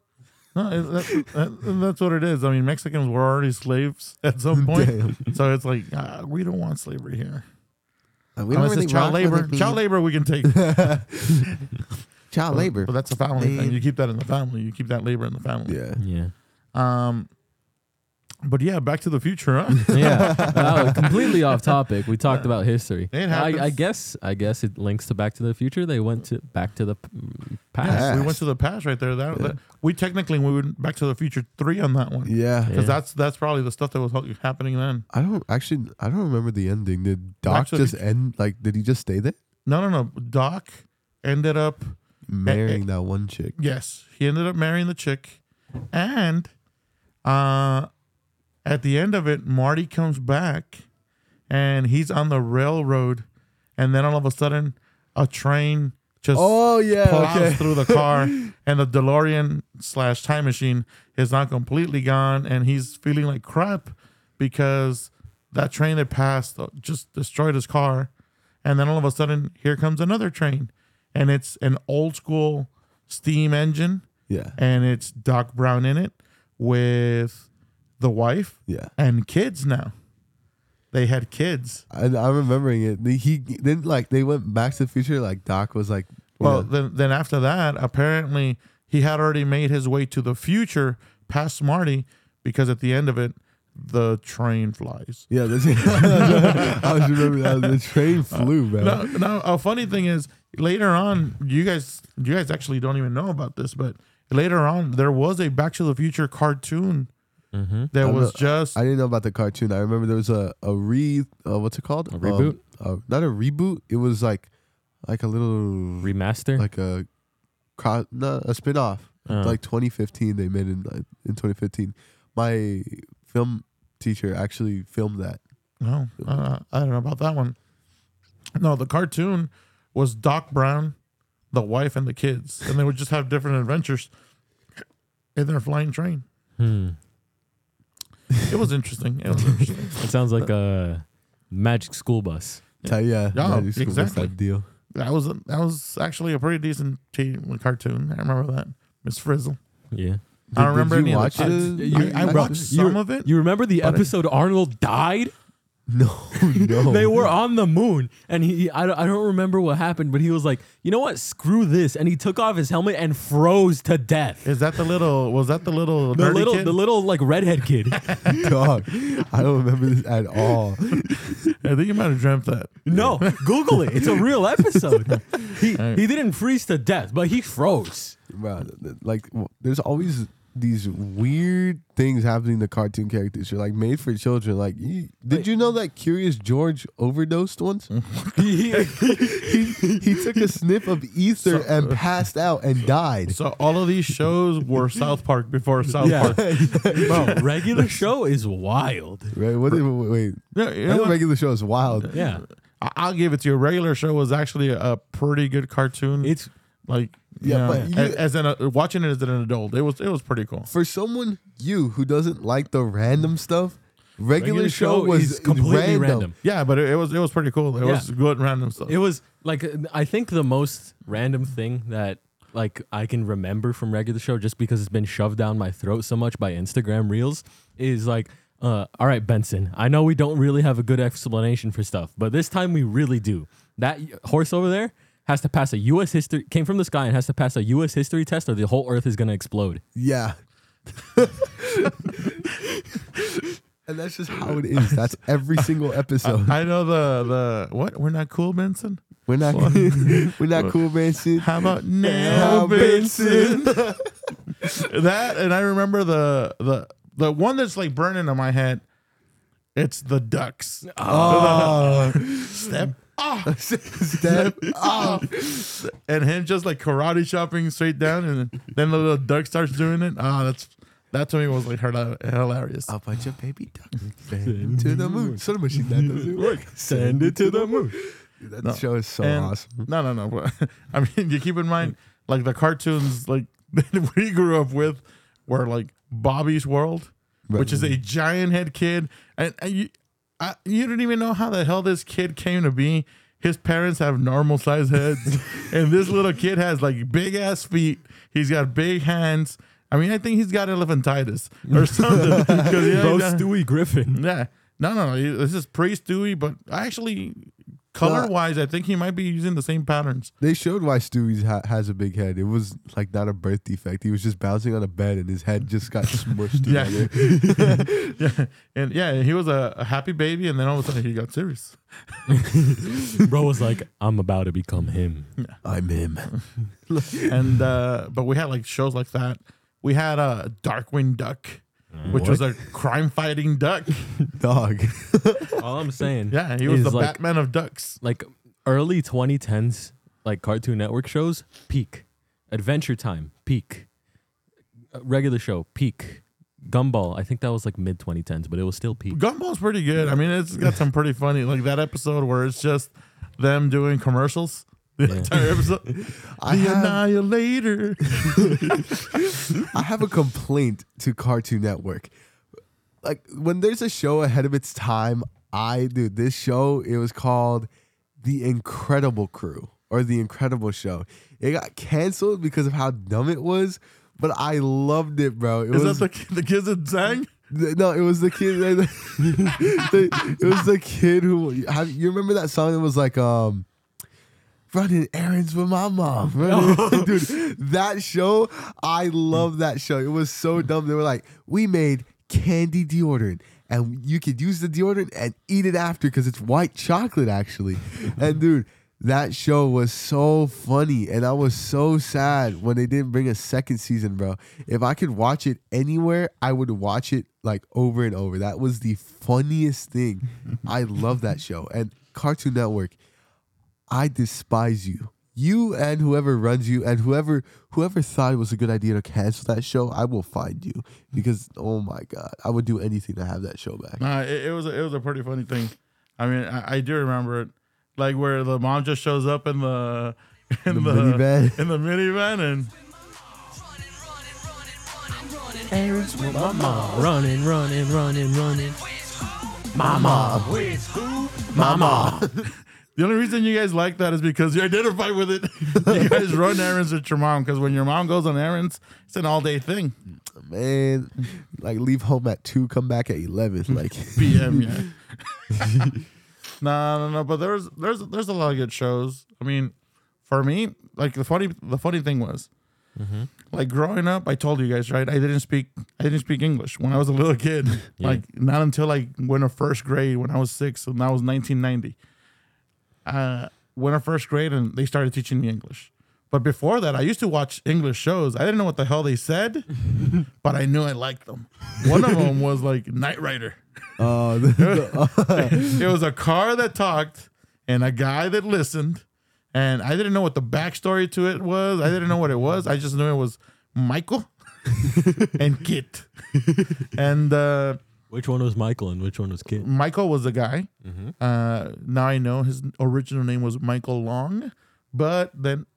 Speaker 1: it- that, that- that's what it is. I mean, Mexicans were already slaves at some point,
Speaker 2: Damn.
Speaker 1: so it's like ah, we don't want slavery here.
Speaker 2: Uh, we
Speaker 1: Unless it's child
Speaker 2: rock with
Speaker 1: labor.
Speaker 2: it being-
Speaker 1: Child Oh, labor we can take.
Speaker 2: Child labor.
Speaker 1: But that's a family
Speaker 2: Man.
Speaker 1: thing. You keep that in the family. You keep that labor in the family.
Speaker 2: Yeah.
Speaker 3: yeah
Speaker 1: Um, but yeah, Back to the Future. Huh?
Speaker 3: yeah that was completely off topic we talked about history
Speaker 1: It happens.
Speaker 3: I, I guess i guess it links to back to the future they went to back to the p- mm, past
Speaker 1: We went to the past right there. That, that- we technically we went Back to the Future three on that one
Speaker 2: Yeah.
Speaker 1: because
Speaker 3: Yeah.
Speaker 1: that's that's probably the stuff that was ha- happening then.
Speaker 2: I don't actually. I don't remember the ending. Did Doc
Speaker 1: Actually-
Speaker 2: just end? Like, did he just stay there?
Speaker 1: No, no, no. Doc ended up
Speaker 2: Marrying that one chick.
Speaker 1: yes, he ended up marrying the chick, and uh, at the end of it, Marty comes back, and he's on the railroad, and then all of a sudden, a train just
Speaker 2: Oh yeah.
Speaker 1: plows
Speaker 2: Okay.
Speaker 1: through the car, and the DeLorean slash time machine is not completely gone, and he's feeling like crap because that train that passed uh, just destroyed his car, and then all of a sudden here comes another train, and it's an old school steam engine,
Speaker 2: Yeah.
Speaker 1: and it's Doc Brown in it with the wife
Speaker 2: Yeah.
Speaker 1: and kids now. They had kids.
Speaker 2: I, I'm remembering it. The- He then like they went back to the future. Like Doc was like,
Speaker 1: Well,
Speaker 2: well,
Speaker 1: then, then after that, apparently he had already made his way to the future past Marty because at the end of it, the train flies.
Speaker 2: yeah. That's, I was remembering that the train flew, man.
Speaker 1: Now, now, a funny thing is later on, you guys, you guys actually don't even know about this, but later on, there was a Back to the Future cartoon
Speaker 3: mm-hmm.
Speaker 1: that
Speaker 2: I
Speaker 1: was
Speaker 2: know-
Speaker 1: just
Speaker 2: I didn't know about the cartoon. I remember there was a a re uh, what's it called?
Speaker 3: A reboot?
Speaker 2: Um, uh, not a reboot. It was like like a little
Speaker 3: remaster
Speaker 2: like a cro- no, a spinoff.
Speaker 3: Uh,
Speaker 2: Like 2015, they made in in 2015. My film teacher actually filmed that.
Speaker 1: No, uh, I don't know about that one. No, the cartoon was Doc Brown, the wife, and the kids, and they would just have different adventures in their flying train.
Speaker 3: hmm.
Speaker 1: It was interesting. It was interesting.
Speaker 3: it sounds like a magic school bus
Speaker 1: Yeah.
Speaker 2: Yeah, yeah,
Speaker 1: Yeah,
Speaker 2: magic school bus
Speaker 1: exactly.
Speaker 2: type deal.
Speaker 1: That was that was actually a pretty decent t- cartoon. I remember that Miss Frizzle.
Speaker 3: yeah
Speaker 1: I don't remember
Speaker 2: you
Speaker 1: any of the
Speaker 2: watch
Speaker 1: kids.
Speaker 2: it?
Speaker 3: You-
Speaker 1: I, I
Speaker 3: you-
Speaker 1: watched
Speaker 3: you-
Speaker 1: some of it.
Speaker 3: you remember the
Speaker 1: But I-
Speaker 3: episode arnold died
Speaker 2: No, no.
Speaker 1: Oh.
Speaker 3: they were on the moon and he I don't, I don't remember what happened but he was like you know what screw this and he took off his helmet and froze to death
Speaker 1: Is that the little? Was that the little
Speaker 3: the
Speaker 1: nerdy
Speaker 3: little
Speaker 1: kid?
Speaker 3: the little like redhead kid
Speaker 2: dog. I don't remember this at all.
Speaker 1: I think you might have dreamt that.
Speaker 3: no google it it's a real episode he he didn't freeze to death but he froze
Speaker 2: Bro, th- th- like, w- there's always these weird things happening to cartoon characters. You're like made for children. Like, you, did you know that Curious George overdosed once?
Speaker 1: Mm-hmm.
Speaker 3: He- he-
Speaker 2: he, he took a snip of ether
Speaker 1: uh,
Speaker 2: and passed out and died.
Speaker 1: So all of these shows were South Park before South
Speaker 3: Yeah.
Speaker 1: Park.
Speaker 3: bro regular show is wild
Speaker 2: Right? What? Did, wait, wait.
Speaker 1: No, you know
Speaker 2: That
Speaker 1: what?
Speaker 2: regular show is wild.
Speaker 3: yeah
Speaker 1: I- I'll give it to you. Regular show was actually a pretty good cartoon.
Speaker 3: it's
Speaker 1: like
Speaker 2: Yeah,
Speaker 1: yeah,
Speaker 2: but you-
Speaker 1: as an uh, watching it as an adult, it was it was pretty cool.
Speaker 2: For someone you who doesn't like the random stuff, regular,
Speaker 3: Regular
Speaker 2: show
Speaker 3: show
Speaker 2: was
Speaker 3: is completely
Speaker 2: random.
Speaker 3: random.
Speaker 1: Yeah, but it, it was it was pretty cool. It
Speaker 3: Yeah.
Speaker 1: was good random stuff.
Speaker 3: It was like uh, I think the most random thing that like I can remember from regular show just because it's been shoved down my throat so much by Instagram reels is like uh, all right Benson I know we don't really have a good explanation for stuff but this time we really do that y- horse over there has to pass a US history came from the sky and has to pass a US history test or the whole earth is going to explode
Speaker 2: Yeah. and that's just how it is. That's every single episode.
Speaker 1: I know the the what we're not cool, Benson.
Speaker 2: We're not we're not cool, Benson.
Speaker 1: How about now,
Speaker 2: Now,
Speaker 1: Benson? that and I remember the the the one that's like burning in my head. It's the ducks.
Speaker 3: Ah.
Speaker 2: Oh,
Speaker 1: Step off.
Speaker 2: step up.
Speaker 1: and him just like karate chopping straight down, and then the little duck starts doing it. Ah, that's that to me was like hila- hilarious.
Speaker 2: I'll punch your baby duck to the moon. Son of a machine, that doesn't work.
Speaker 3: send it to the moon
Speaker 2: Dude, that
Speaker 1: No.
Speaker 2: show is so
Speaker 1: And-
Speaker 2: awesome.
Speaker 1: No, no, no. but- I mean, you keep in mind, like the cartoons, like that we grew up with, were like Bobby's World,
Speaker 2: Right,
Speaker 1: which is
Speaker 2: right.
Speaker 1: a giant head kid, and, and you, I, you don't even know how the hell this kid came to be. His parents have normal sized heads, and this little kid has like big ass feet. He's got big hands. I mean, I think he's got elephantitis or something. 'Cause, yeah,
Speaker 3: Bro,
Speaker 1: yeah.
Speaker 3: Stewie Griffin.
Speaker 1: Yeah. No, no, no. This is pre Stewie, but actually, color wise, I think he might be using the same patterns.
Speaker 2: They showed why Stewie ha- has a big head. It was like not a birth defect. He was just bouncing on a bed and his head just got smushed
Speaker 1: Yeah.
Speaker 2: together.
Speaker 1: yeah. And yeah, he was a, a happy baby, and then all of a sudden he got serious.
Speaker 3: Bro was like, I'm about to become him.
Speaker 2: I'm him.
Speaker 1: And, uh, but we had like shows like that. We had a uh, Darkwing Duck, which was a crime fighting duck.
Speaker 2: Dog.
Speaker 3: All I'm saying.
Speaker 1: Yeah. He was
Speaker 3: is
Speaker 1: the
Speaker 3: like,
Speaker 1: Batman of ducks.
Speaker 3: like early 2010s like cartoon network shows peak adventure time peak Uh, regular show peak gumball i think that was like mid 2010s but it was still peak
Speaker 1: Gumball's pretty good. I mean, it's got some pretty funny, like that episode where it's just them doing commercials. The
Speaker 3: Yeah.
Speaker 1: entire episode.
Speaker 2: I
Speaker 1: the
Speaker 2: have,
Speaker 1: Annihilator.
Speaker 2: I have a complaint to Cartoon Network. Like when there's a show ahead of its time, I do this show. It was called The Incredible Crew or The Incredible Show. It got canceled because of how dumb it was, but I loved it, bro. It
Speaker 1: Is
Speaker 2: was
Speaker 1: that the, ki- the kids that sang?
Speaker 2: Th- No, it was the kid. it was the kid who. Have, you remember that song? It was like um, running errands with my mom. Running- Dude, that show, I love that show. It was so dumb. They were like, we made candy deodorant. And you could use the deodorant and eat it after because it's white chocolate, actually. and dude, that show was so funny. And I was so sad when they didn't bring a second season, bro. If I could watch it anywhere, I would watch it like over and over. That was the funniest thing. I love that show. And Cartoon Network, I despise you. You and whoever runs you and whoever whoever thought it was a good idea to cancel that show, I will find you because oh my god, I would do anything to have that show back.
Speaker 1: Nah, it, it was a, it was a pretty funny thing. I mean, I, I do remember it, like where the mom just shows up in the in the,
Speaker 2: The minivan.
Speaker 1: in the minivan, and
Speaker 3: my mom running running running running mama where's who mama
Speaker 1: the only reason you guys like that is because you identify with it. you guys run errands with your mom because when your mom goes on errands, it's an all day thing.
Speaker 2: Man, like leave home at two, come back at eleven. Like
Speaker 1: PM. Yeah. no, no, no. But there's there's there's a lot of good shows. I mean, for me, like the funny the funny thing was, like growing up, I told you guys right, I didn't speak I didn't speak English when I was a little kid. Like not until like when I first grade when I was six, and that was 1990. Uh, went to first grade and they started teaching me English. But before that, I used to watch English shows. I didn't know what the hell they said, but I knew I liked them. One of them was like Knight Rider
Speaker 2: uh, the- the-
Speaker 1: it was a car that talked and a guy that listened. And I didn't know what the backstory to it was. I didn't know what it was. I just knew it was Michael and Kit. and uh,
Speaker 3: which one was michael and which one was kid
Speaker 1: Michael was the guy. Uh, now I know his original name was Michael Long, but then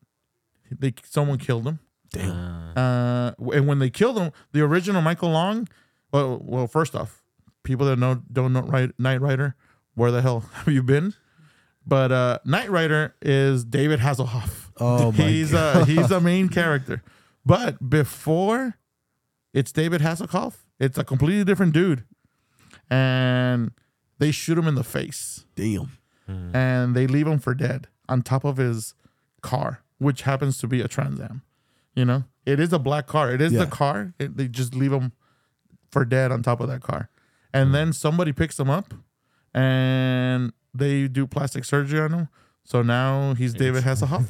Speaker 1: they someone killed him.
Speaker 3: damn
Speaker 1: Uh, and when they killed him, the original Michael Long, well, well, first off, people that know don't know right, Knight Rider, where the hell have you been? But uh, Knight Rider is David Hasselhoff.
Speaker 2: Oh my
Speaker 1: he's uh, he's a main character. But before it's David Hasselhoff, it's a completely different dude, and they shoot him in the face
Speaker 2: damn.
Speaker 1: and they leave him for dead on top of his car, which happens to be a Trans Am. You know, it is a black car. It is
Speaker 2: Yeah.
Speaker 1: the car. It, they just leave him for dead on top of that car, and then somebody picks him up, and they do plastic surgery on him. So now he's David Hasselhoff,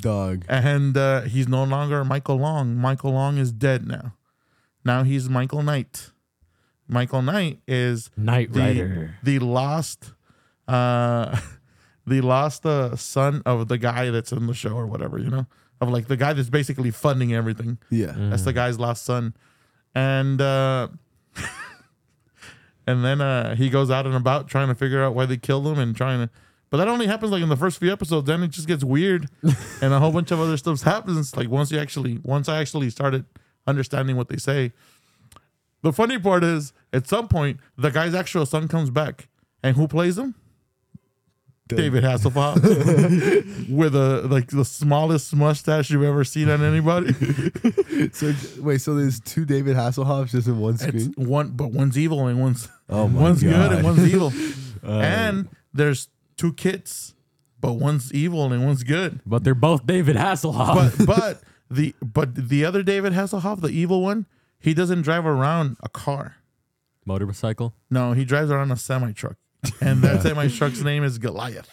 Speaker 2: Dog.
Speaker 1: and uh, he's no longer Michael Long. Michael Long is dead now. Now he's Michael Knight. Michael Knight is
Speaker 3: knight
Speaker 1: the,
Speaker 3: rider
Speaker 1: the lost uh the lost uh, son of the guy that's in the show or whatever you know of like the guy that's basically funding everything
Speaker 2: Yeah.
Speaker 1: that's the guy's lost son and uh and then uh he goes out and about trying to figure out why they killed him and trying to but that only happens like in the first few episodes then it just gets weird and a whole bunch of other stuff happens like once you actually once i actually started understanding what they say The funny part is, at some point, the guy's actual son comes back, and who plays him? David Hasselhoff, with a like the smallest mustache you've ever seen on anybody.
Speaker 2: So wait, so there's two David Hasselhoffs just in one
Speaker 1: It's
Speaker 2: screen?
Speaker 1: one, but one's evil and one's
Speaker 2: Oh my
Speaker 1: one's good and
Speaker 2: God. Uh,
Speaker 1: one's evil. and there's two kids, but one's evil and one's good.
Speaker 3: But they're both David Hasselhoff.
Speaker 1: But but the but the other David Hasselhoff, the evil one, he doesn't drive around a car.
Speaker 3: Motorcycle.
Speaker 1: No, he drives around a semi truck, and that semi truck's name is Goliath.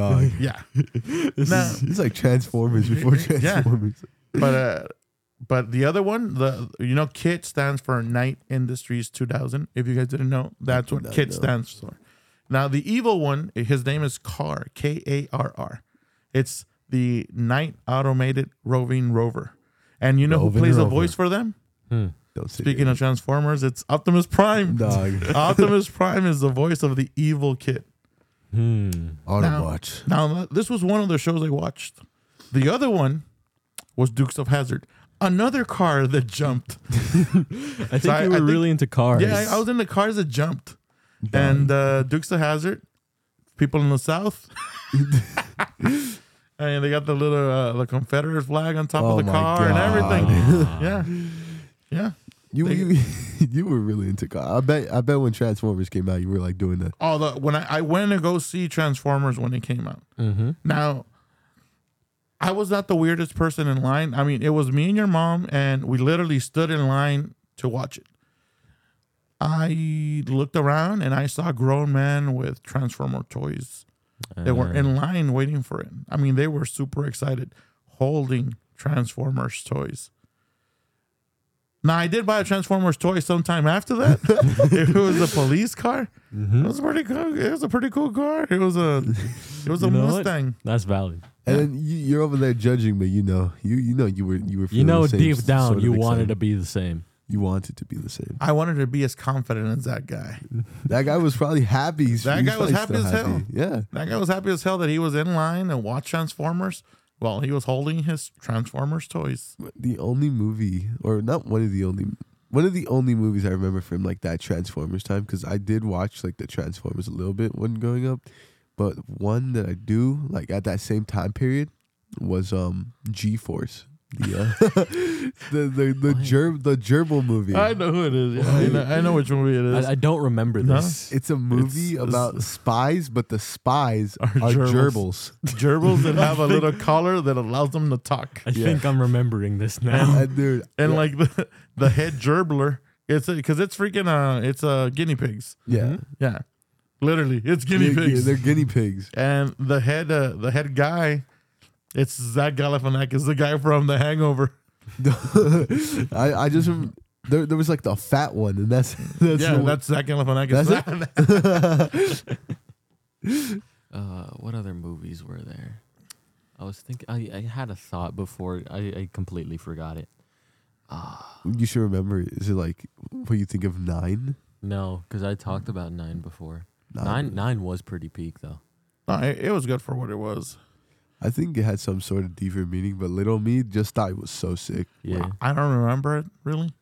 Speaker 2: Dog.
Speaker 1: Yeah,
Speaker 2: This
Speaker 1: No.
Speaker 2: is it's like Transformers before
Speaker 1: Yeah.
Speaker 2: Transformers.
Speaker 1: but uh, but the other one, the you know, KIT stands for Night Industries 2000. If you guys didn't know, that's what
Speaker 2: not
Speaker 1: KIT
Speaker 2: know.
Speaker 1: stands for. Now the evil one, eh, his name is Carr, K A R R. It's the Night Automated Roving Rover, and you know who
Speaker 2: Roving
Speaker 1: plays the
Speaker 2: Rover.
Speaker 1: voice for them?
Speaker 2: Don't say
Speaker 1: Speaking of Transformers, it's Optimus Prime.
Speaker 2: Dog.
Speaker 1: Optimus Prime is the voice of the evil Kit.
Speaker 2: Autobots.
Speaker 1: Now, uh, this was one of the shows I watched. The other one was Dukes of Hazard. Another car that jumped.
Speaker 3: I think
Speaker 1: I-
Speaker 3: you
Speaker 1: I
Speaker 3: were
Speaker 1: think-
Speaker 3: really into cars.
Speaker 1: Yeah, I, I was in the cars that jumped. And uh, Dukes of Hazard, people in the South. and they got the little uh, the Confederate flag on top
Speaker 2: Oh
Speaker 1: of the
Speaker 2: my
Speaker 1: car and everything. Yeah. Yeah.
Speaker 2: You
Speaker 1: They-
Speaker 2: you, you were really into cars. I bet I bet when Transformers came out, you were like doing that.
Speaker 1: Although when I, I went to go see Transformers when it came out. Now, I was not the weirdest person in line. I mean, it was me and your mom, and we literally stood in line to watch it. I looked around and I saw grown men with Transformer toys.
Speaker 3: Uh,
Speaker 1: They were in line waiting for it. I mean, they were super excited holding Transformers toys. Now, I did buy a Transformers toy sometime after that. it was a police car. It was pretty cool. It was a pretty cool car. It was a it was a
Speaker 3: You know what?
Speaker 1: Mustang.
Speaker 3: That's valid.
Speaker 2: And then you, you're over there judging, but you know, you you know you were you were.
Speaker 3: You
Speaker 2: feeling
Speaker 3: know,
Speaker 2: the same
Speaker 3: deep
Speaker 2: s-
Speaker 3: down,
Speaker 2: sort of
Speaker 3: you wanted to
Speaker 2: excitement.
Speaker 3: be the same.
Speaker 2: You wanted to be the same.
Speaker 1: I wanted to be as confident as that guy.
Speaker 2: That guy was probably happy. He's-
Speaker 1: That
Speaker 2: he's
Speaker 1: guy was
Speaker 2: probably
Speaker 1: happy
Speaker 2: still
Speaker 1: as
Speaker 2: happy. Yeah.
Speaker 1: That guy was happy as hell that he was in line and watched Transformers while he was holding his Transformers toys.
Speaker 2: the only movie or not one of the only one of the only movies I remember from like that Transformers time because I did watch like the Transformers a little bit when growing up, but one that I do like at that same time period was um G Force. The, uh, the the the gerb the gerbil movie.
Speaker 1: know who it is. I, know, I know which movie it is.
Speaker 3: I, I don't remember
Speaker 1: No?
Speaker 3: this.
Speaker 2: It's a movie
Speaker 1: it's-
Speaker 2: about spies, but the spies are,
Speaker 1: gerbils.
Speaker 2: gerbils.
Speaker 1: Gerbils that have a little collar that allows them to talk.
Speaker 3: I think I'm remembering this now.
Speaker 2: And they're-
Speaker 1: And like the, the head gerbler, it's because it's freaking uh, it's uh guinea pigs.
Speaker 2: yeah,
Speaker 1: Yeah, literally, it's guinea
Speaker 2: They're- yeah,
Speaker 1: pigs.
Speaker 2: they're guinea pigs.
Speaker 1: and the head uh, the head guy, it's Zach Galifianakis, the guy from The Hangover.
Speaker 2: I, I just rem- there, there was like the fat one, and that's that's
Speaker 1: yeah,
Speaker 2: the one-
Speaker 1: that's Zach Galifianakis.
Speaker 2: That's
Speaker 3: Uh, what other movies were there? I was thinking. I, I had a thought before. I, I completely forgot it.
Speaker 2: you should remember. it. Is it like what you think of nine?
Speaker 3: No, because I talked about nine before.
Speaker 2: Nine.
Speaker 3: Nine, nine was pretty peak though.
Speaker 1: No, it, it was good for what it was.
Speaker 2: I think it had some sort of deeper meaning, but little me just thought it was so sick.
Speaker 3: Yeah.
Speaker 1: I don't remember it really.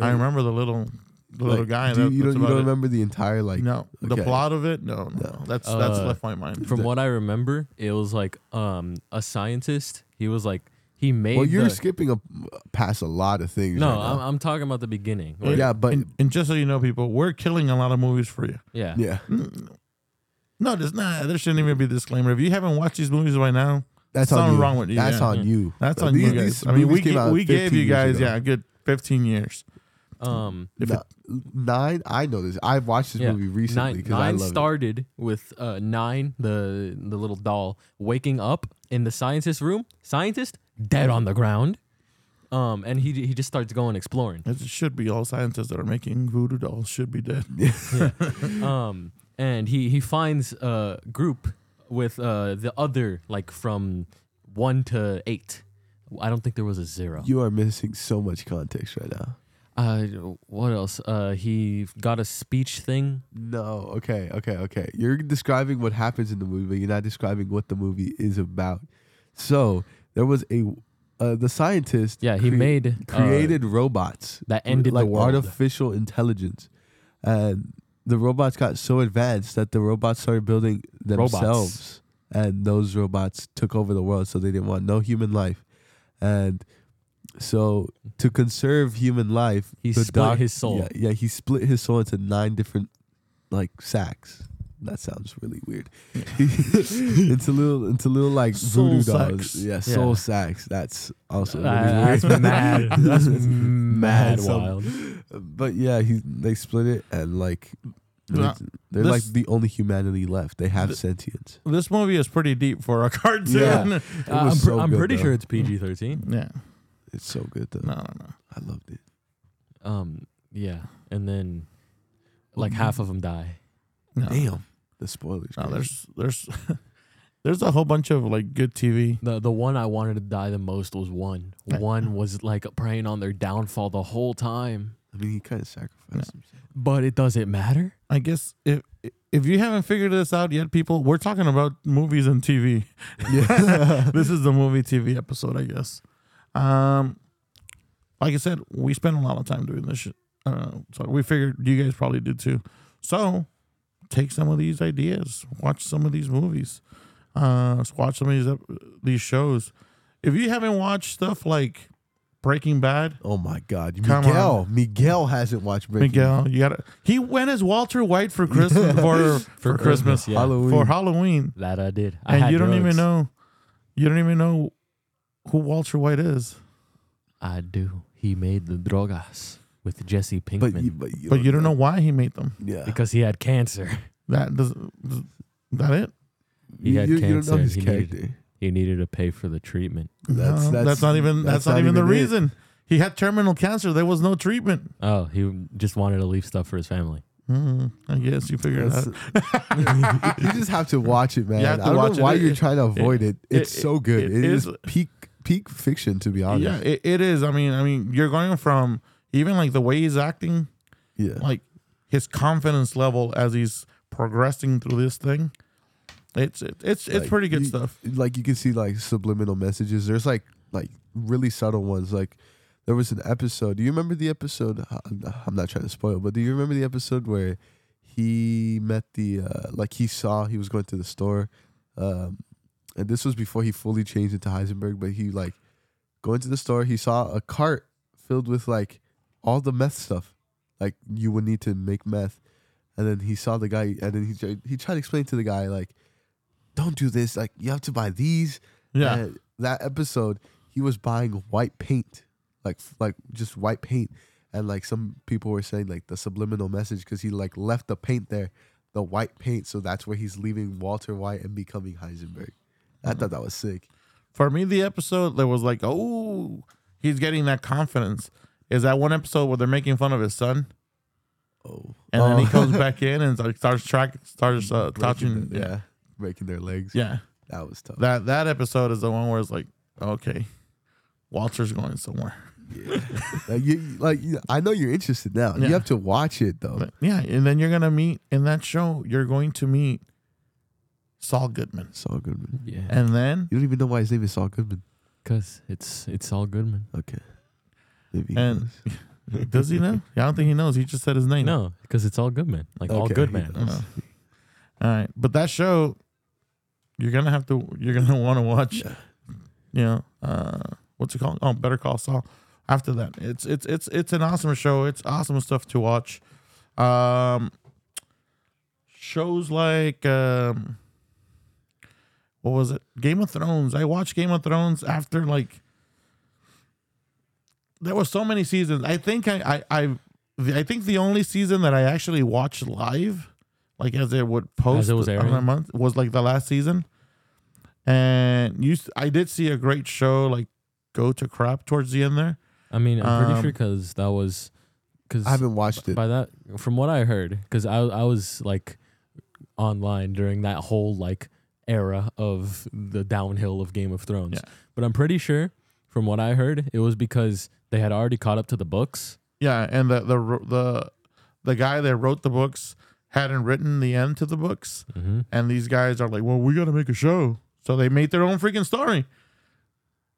Speaker 1: I remember the little the little
Speaker 2: Like,
Speaker 1: guy.
Speaker 2: do you,
Speaker 1: that-
Speaker 2: you
Speaker 1: that's
Speaker 2: don't, you
Speaker 1: about
Speaker 2: don't
Speaker 1: it.
Speaker 2: remember the entire like
Speaker 1: no, the
Speaker 2: okay.
Speaker 1: plot of it. No, no, no. that's that's
Speaker 3: Uh,
Speaker 1: left my mind.
Speaker 3: From what I remember, it was like um a scientist. He was like he made.
Speaker 2: Well, you're
Speaker 3: the-
Speaker 2: skipping a, past a lot of things.
Speaker 3: No,
Speaker 2: right now.
Speaker 3: I'm, I'm talking about the beginning. where-
Speaker 2: yeah, but
Speaker 1: and, and just so you know, people, we're killing a lot of movies for you.
Speaker 3: yeah.
Speaker 2: yeah,
Speaker 1: No, there's not. There shouldn't even be a disclaimer. If you haven't watched these movies by now,
Speaker 2: that's
Speaker 1: Something
Speaker 2: on you.
Speaker 1: wrong with you,
Speaker 2: That's
Speaker 1: yeah.
Speaker 2: on you.
Speaker 1: that's
Speaker 2: But
Speaker 1: on you
Speaker 2: these-
Speaker 1: guys.
Speaker 2: these
Speaker 1: I mean, we
Speaker 2: movies came
Speaker 1: ga-
Speaker 2: out
Speaker 1: we gave
Speaker 2: 15
Speaker 1: you
Speaker 2: years
Speaker 1: guys
Speaker 2: ago.
Speaker 1: yeah a good 15 years.
Speaker 3: Um.
Speaker 1: If it,
Speaker 2: Ni- nine, I know this. I've watched this
Speaker 3: yeah.
Speaker 2: movie recently
Speaker 3: Nine,
Speaker 2: because I
Speaker 3: Nine
Speaker 2: love it.
Speaker 3: started with uh, nine, the the little doll waking up in the scientist room. Scientist dead on the ground. Um, and he he just starts going exploring.
Speaker 1: as it should be, all scientists that are making voodoo dolls should be dead.
Speaker 3: um, and he he finds a group with uh the other like from one to eight. I don't think there was a zero.
Speaker 2: You are missing so much context right now.
Speaker 3: Uh, what else? Uh, he got a speech thing.
Speaker 2: No, okay, okay, okay. You're describing what happens in the movie, but you're not describing what the movie is about. So there was a uh, the scientist.
Speaker 3: Yeah, he
Speaker 2: crea-
Speaker 3: made, uh,
Speaker 2: created robots
Speaker 3: that ended the
Speaker 2: like
Speaker 3: world.
Speaker 2: artificial intelligence, and the robots got so advanced that the robots started building
Speaker 3: Robots.
Speaker 2: themselves, and those robots took over the world. So they didn't want no human life, and so to conserve human life,
Speaker 3: He
Speaker 2: the
Speaker 3: split his soul.
Speaker 2: Yeah, yeah, he split his soul into nine different like sacks. That sounds really weird. into little, into little like
Speaker 1: Soul
Speaker 2: voodoo
Speaker 1: sacks.
Speaker 2: dolls. Yeah, soul
Speaker 3: Yeah.
Speaker 2: sacks. That's also really
Speaker 3: Uh,
Speaker 2: weird.
Speaker 3: that's mad. That's mad
Speaker 2: That's some-
Speaker 3: wild.
Speaker 2: But yeah, he they split it and like
Speaker 1: Yeah.
Speaker 2: they're
Speaker 1: This-
Speaker 2: like the only humanity left. They have sentience.
Speaker 1: This movie is pretty deep for a cartoon.
Speaker 2: Yeah.
Speaker 3: Uh, I'm,
Speaker 2: was
Speaker 3: pr-
Speaker 2: so
Speaker 3: I'm
Speaker 2: good,
Speaker 3: pretty
Speaker 2: though.
Speaker 3: sure it's PG thirteen.
Speaker 1: yeah.
Speaker 2: It's so good though.
Speaker 1: No, no, no.
Speaker 2: I loved it.
Speaker 3: Um, yeah, and then like half of them die.
Speaker 1: No.
Speaker 2: Damn. The spoilers.
Speaker 1: No,
Speaker 2: man.
Speaker 1: there's there's there's a whole bunch of like good TV.
Speaker 3: The the one I wanted to die the most was one. One was like preying on their downfall the whole time.
Speaker 2: I mean, he kind of sacrificed himself.
Speaker 3: But it doesn't matter.
Speaker 1: I guess if if you haven't figured this out yet, people, we're talking about movies and TV.
Speaker 2: Yeah.
Speaker 1: this is the movie TV episode, I guess. Um, like I said, we spent a lot of time doing this shit. Uh, so we figured you guys probably did too. So take some of these ideas, watch some of these movies, uh, watch some of these ep- these shows. If you haven't watched stuff like Breaking Bad,
Speaker 2: Oh my God,
Speaker 1: Come
Speaker 2: Miguel! Miguel hasn't watched Breaking
Speaker 1: Miguel, you gotta. He went as Walter White for Christmas for for Christmas
Speaker 3: yeah.
Speaker 2: Halloween.
Speaker 1: for Halloween,
Speaker 3: That I did. I
Speaker 1: and
Speaker 3: had
Speaker 1: you don't even
Speaker 3: drugs.
Speaker 1: know, you don't even know who Walter White is.
Speaker 3: I do. He made the drogas with Jesse Pinkman
Speaker 2: but you, but you,
Speaker 1: but you don't know why he made them.
Speaker 2: Yeah.
Speaker 3: because he had cancer.
Speaker 1: That does is that it?
Speaker 3: He had
Speaker 2: you, you don't
Speaker 3: cancer.
Speaker 2: know his
Speaker 3: he,
Speaker 2: character.
Speaker 3: needed, he needed to pay for the treatment.
Speaker 2: That's-
Speaker 1: No,
Speaker 2: that's-
Speaker 1: not even that's, not, even the
Speaker 2: it.
Speaker 1: reason. He had terminal cancer. There was no treatment.
Speaker 3: Oh, he just wanted to leave stuff for his family.
Speaker 1: Hmm, I guess you figured it out.
Speaker 2: That's- you just have to watch it, man.
Speaker 1: have to
Speaker 2: I don't
Speaker 1: watch it.
Speaker 2: know why
Speaker 1: It-
Speaker 2: you're trying to avoid it.
Speaker 1: it-
Speaker 2: It's so good.
Speaker 1: it
Speaker 2: it is,
Speaker 1: is-
Speaker 2: peak peak fiction, to be honest.
Speaker 1: Yeah, it, it is. I mean, I mean, you're going from even like the way he's acting,
Speaker 2: Yeah.
Speaker 1: like his confidence level as he's progressing through this thing. It's it, it's it's
Speaker 2: Like,
Speaker 1: pretty good
Speaker 2: you-
Speaker 1: stuff.
Speaker 2: Like you can see like subliminal messages. There's like like really subtle ones. Like there was an episode. Do you remember the episode? I'm not- I'm not trying to spoil, but do you remember the episode where he met the uh, like he saw he was going to the store, um, and this was before he fully changed into Heisenberg. But he like going to the store. He saw a cart filled with like all the meth stuff. Like you would need to make meth. And then he saw the guy, and then he tried, he tried to explain to the guy like, "Don't do this. Like you have to buy these."
Speaker 1: Yeah,
Speaker 2: And that episode, he was buying white paint, like like just white paint, and like some people were saying like the subliminal message because he like left the paint there, the white paint. So that's where he's leaving Walter White and becoming Heisenberg. I thought that was sick.
Speaker 1: for me, the episode that was like, oh, he's getting that confidence is that one episode where they're making fun of his son.
Speaker 2: Oh,
Speaker 1: and then he
Speaker 2: Oh.
Speaker 1: comes back in and like starts track starts uh, touching.
Speaker 2: Breaking the-
Speaker 1: Yeah. yeah,
Speaker 2: yeah, breaking their legs. that was tough.
Speaker 1: That that episode is the one where it's like, okay, Walter's going somewhere.
Speaker 2: like, you, you- like you, I know you're interested now.
Speaker 1: Yeah.
Speaker 2: You have to watch it though.
Speaker 1: But, yeah, and then you're gonna meet in that show. You're going to meet Saul Goodman,
Speaker 2: Saul Goodman.
Speaker 3: Yeah,
Speaker 1: and then
Speaker 2: You don't even know why his name is Saul Goodman.
Speaker 3: because it's it's all good, man.
Speaker 2: Okay, maybe. he
Speaker 1: And-
Speaker 2: knows.
Speaker 1: does he know? Yeah, I don't think he knows. He just said his name.
Speaker 3: No, because it's all good, man. Like all
Speaker 2: Okay,
Speaker 3: good,
Speaker 2: he
Speaker 3: man.
Speaker 1: I know. Uh-huh. All right, but that show, you're gonna have to. You're gonna want to watch. You know, uh, what's it called? Oh, Better Call Saul. After that, it's it's it's it's an awesome show. It's awesome stuff to watch. Um, shows like um, what was it? Game of Thrones. I watched Game of Thrones after like there were so many seasons. I think I I I, I think the only season that I actually watched live, like as it would post
Speaker 3: was
Speaker 1: on a
Speaker 3: airing?
Speaker 1: month, was like the last season. And you, s- I did see a great show like go to crap towards the end there.
Speaker 3: I mean, I'm pretty
Speaker 1: Um,
Speaker 3: sure because that was because
Speaker 2: I haven't watched it.
Speaker 3: by that from what I heard because I I was like online during that whole like era of the downhill of Game of Thrones.
Speaker 1: Yeah.
Speaker 3: But I'm pretty sure from what I heard, it was because they had already caught up to the books.
Speaker 1: Yeah, and the the ro- the the guy that wrote the books hadn't written the end to the books,
Speaker 3: Mm-hmm.
Speaker 1: and these guys are like, "Well, we got to make a show," so they made their own freaking story.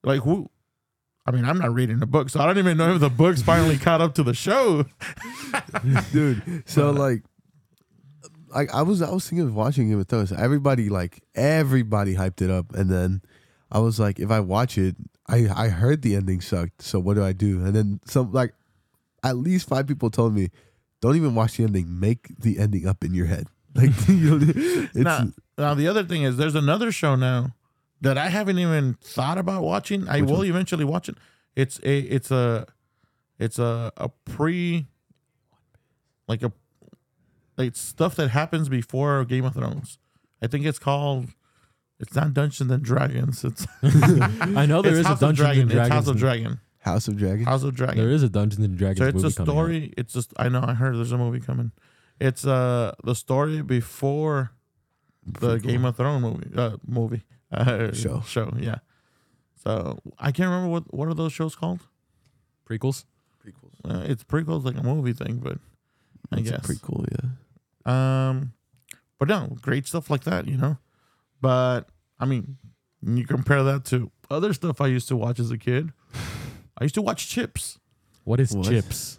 Speaker 1: Like who? I mean, I'm not reading the book, so I don't even know if the book's finally caught up to the show.
Speaker 2: dude. So
Speaker 1: uh,
Speaker 2: like, like I was I was thinking of watching Game of Thrones. Everybody like everybody hyped it up, and then I was like, if I watch it, I I heard the ending sucked. So what do I do? And then some like, at least five people told me, don't even watch the ending. Make the ending up in your head. Like you know, it's
Speaker 1: Now, now, the other thing is, there's another show now that I haven't even thought about watching. I
Speaker 2: Which
Speaker 1: will
Speaker 2: one?
Speaker 1: eventually watch it. It's a it's a it's a a pre like a like stuff that happens before Game of Thrones. I think it's called. It's not Dungeons and Dragons. It's,
Speaker 3: I know there
Speaker 1: it's
Speaker 3: is a
Speaker 1: House of
Speaker 3: Dungeons
Speaker 1: Dragon.
Speaker 3: and Dragons.
Speaker 1: It's House of Dragon.
Speaker 2: House of Dragon.
Speaker 1: House of Dragon.
Speaker 3: There is a Dungeons and Dragons
Speaker 1: So it's
Speaker 3: movie
Speaker 1: a
Speaker 3: coming out.
Speaker 1: story. It's just I know I heard there's a movie coming. It's uh the story before the
Speaker 2: Prequel.
Speaker 1: Game of Thrones movie uh, movie uh,
Speaker 2: Show.
Speaker 1: show yeah. So I can't remember what what are those shows called.
Speaker 3: prequels.
Speaker 1: Uh, it's prequels like a movie thing, but I
Speaker 2: It's
Speaker 1: guess
Speaker 2: pretty cool. Yeah.
Speaker 1: um, but no, great stuff like that, you know. But I mean, you compare that to other stuff I used to watch as a kid. I used to watch Chips.
Speaker 3: What is
Speaker 2: What?
Speaker 3: Chips?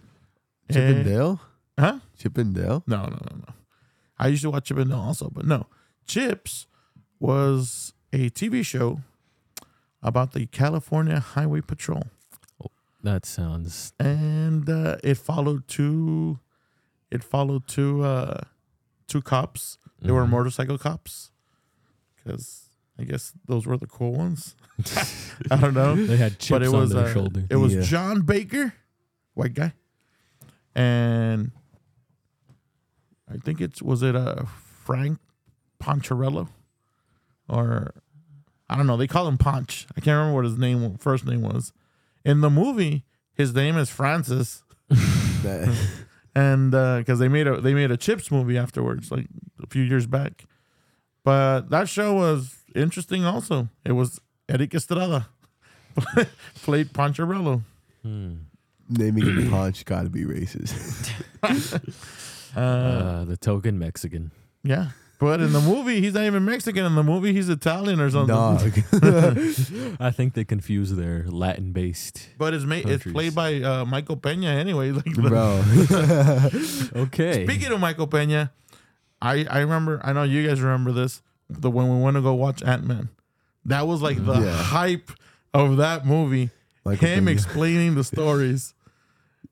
Speaker 1: Eh,
Speaker 2: Chippendale.
Speaker 1: huh?
Speaker 2: Chippendale.
Speaker 1: No, no, no, no. I used to watch Chip and Dale also, but no. Chips was a TV show about the California Highway Patrol,
Speaker 3: That sounds
Speaker 1: and uh, it followed two. It followed two uh, two cops. They were
Speaker 3: Mhm.
Speaker 1: motorcycle cops, because I guess those were the cool ones. I don't know.
Speaker 3: They had chips
Speaker 1: but it was
Speaker 3: on their
Speaker 1: uh,
Speaker 3: shoulder.
Speaker 1: It was
Speaker 2: Yeah.
Speaker 1: John Baker, white guy, and I think it's was it uh, Frank Poncherello, or I don't know. They call him Ponch. I can't remember what his name first name was. In the movie, his name is Francis
Speaker 2: That-
Speaker 1: and because they made a they made a Chips movie afterwards, like a few years back. But that show was interesting. Also, it was Eric Estrada played Poncherello.
Speaker 3: Hmm.
Speaker 2: naming it Punch gotta be racist.
Speaker 1: Uh,
Speaker 3: Uh, the token Mexican.
Speaker 1: yeah, but in the movie, he's not even Mexican. In the movie, he's Italian or something.
Speaker 2: Dog.
Speaker 3: I think they confuse their Latin based.
Speaker 1: But it's made it's
Speaker 3: Countries.
Speaker 1: played by uh, Michael Pena anyway. Like the-
Speaker 2: Bro.
Speaker 3: Okay.
Speaker 1: Speaking of Michael Pena, I I remember I know you guys remember this the when we went to go watch Ant Man. That was like the
Speaker 2: Yeah.
Speaker 1: hype of that movie.
Speaker 2: Michael
Speaker 1: him
Speaker 2: Pena.
Speaker 1: explaining the stories.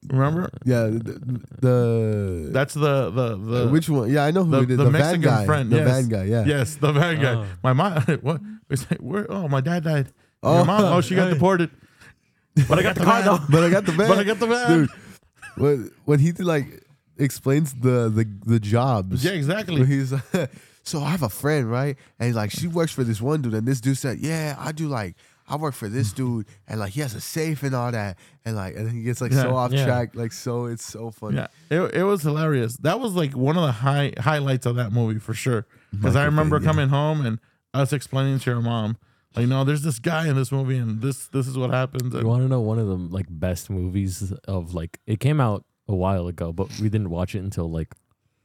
Speaker 1: Remember?
Speaker 2: Yeah, the, the
Speaker 1: That's the the the
Speaker 2: Uh, which one? Yeah, I know who
Speaker 1: uh, the-
Speaker 2: it is.
Speaker 1: the
Speaker 2: The, van
Speaker 1: Mexican
Speaker 2: guy.
Speaker 1: friend,
Speaker 2: The
Speaker 1: yes.
Speaker 2: van guy. Yeah.
Speaker 1: yes, the bad guy.
Speaker 3: Oh.
Speaker 1: My mom. What? It's like, where? Oh, my dad died. Oh,
Speaker 2: Oh.
Speaker 1: mom. Oh, she got deported. But I got the car though.
Speaker 2: But I got the van.
Speaker 1: But I got the van.
Speaker 2: Dude, when, when he did, like explains the the the jobs.
Speaker 1: Yeah,
Speaker 2: Where
Speaker 1: exactly.
Speaker 2: He's like, so I have a friend, right? And he's like, she works for this one dude, and this dude said, yeah, I do like. I work for this dude, and like he has a safe and all that, and like, and then he gets like
Speaker 1: Yeah,
Speaker 2: so off
Speaker 3: yeah.
Speaker 2: track, like so it's so funny.
Speaker 1: Yeah, it, it was hilarious. That was like one of the high highlights of that movie for sure. Because I
Speaker 2: Michael
Speaker 1: remember
Speaker 2: Caine, yeah.
Speaker 1: coming home and us explaining to your mom, like, no, there's this guy in this movie, and this this is what happens.
Speaker 3: you
Speaker 1: And
Speaker 3: want to know one of the like best movies of like it came out a while ago, but we didn't watch it until like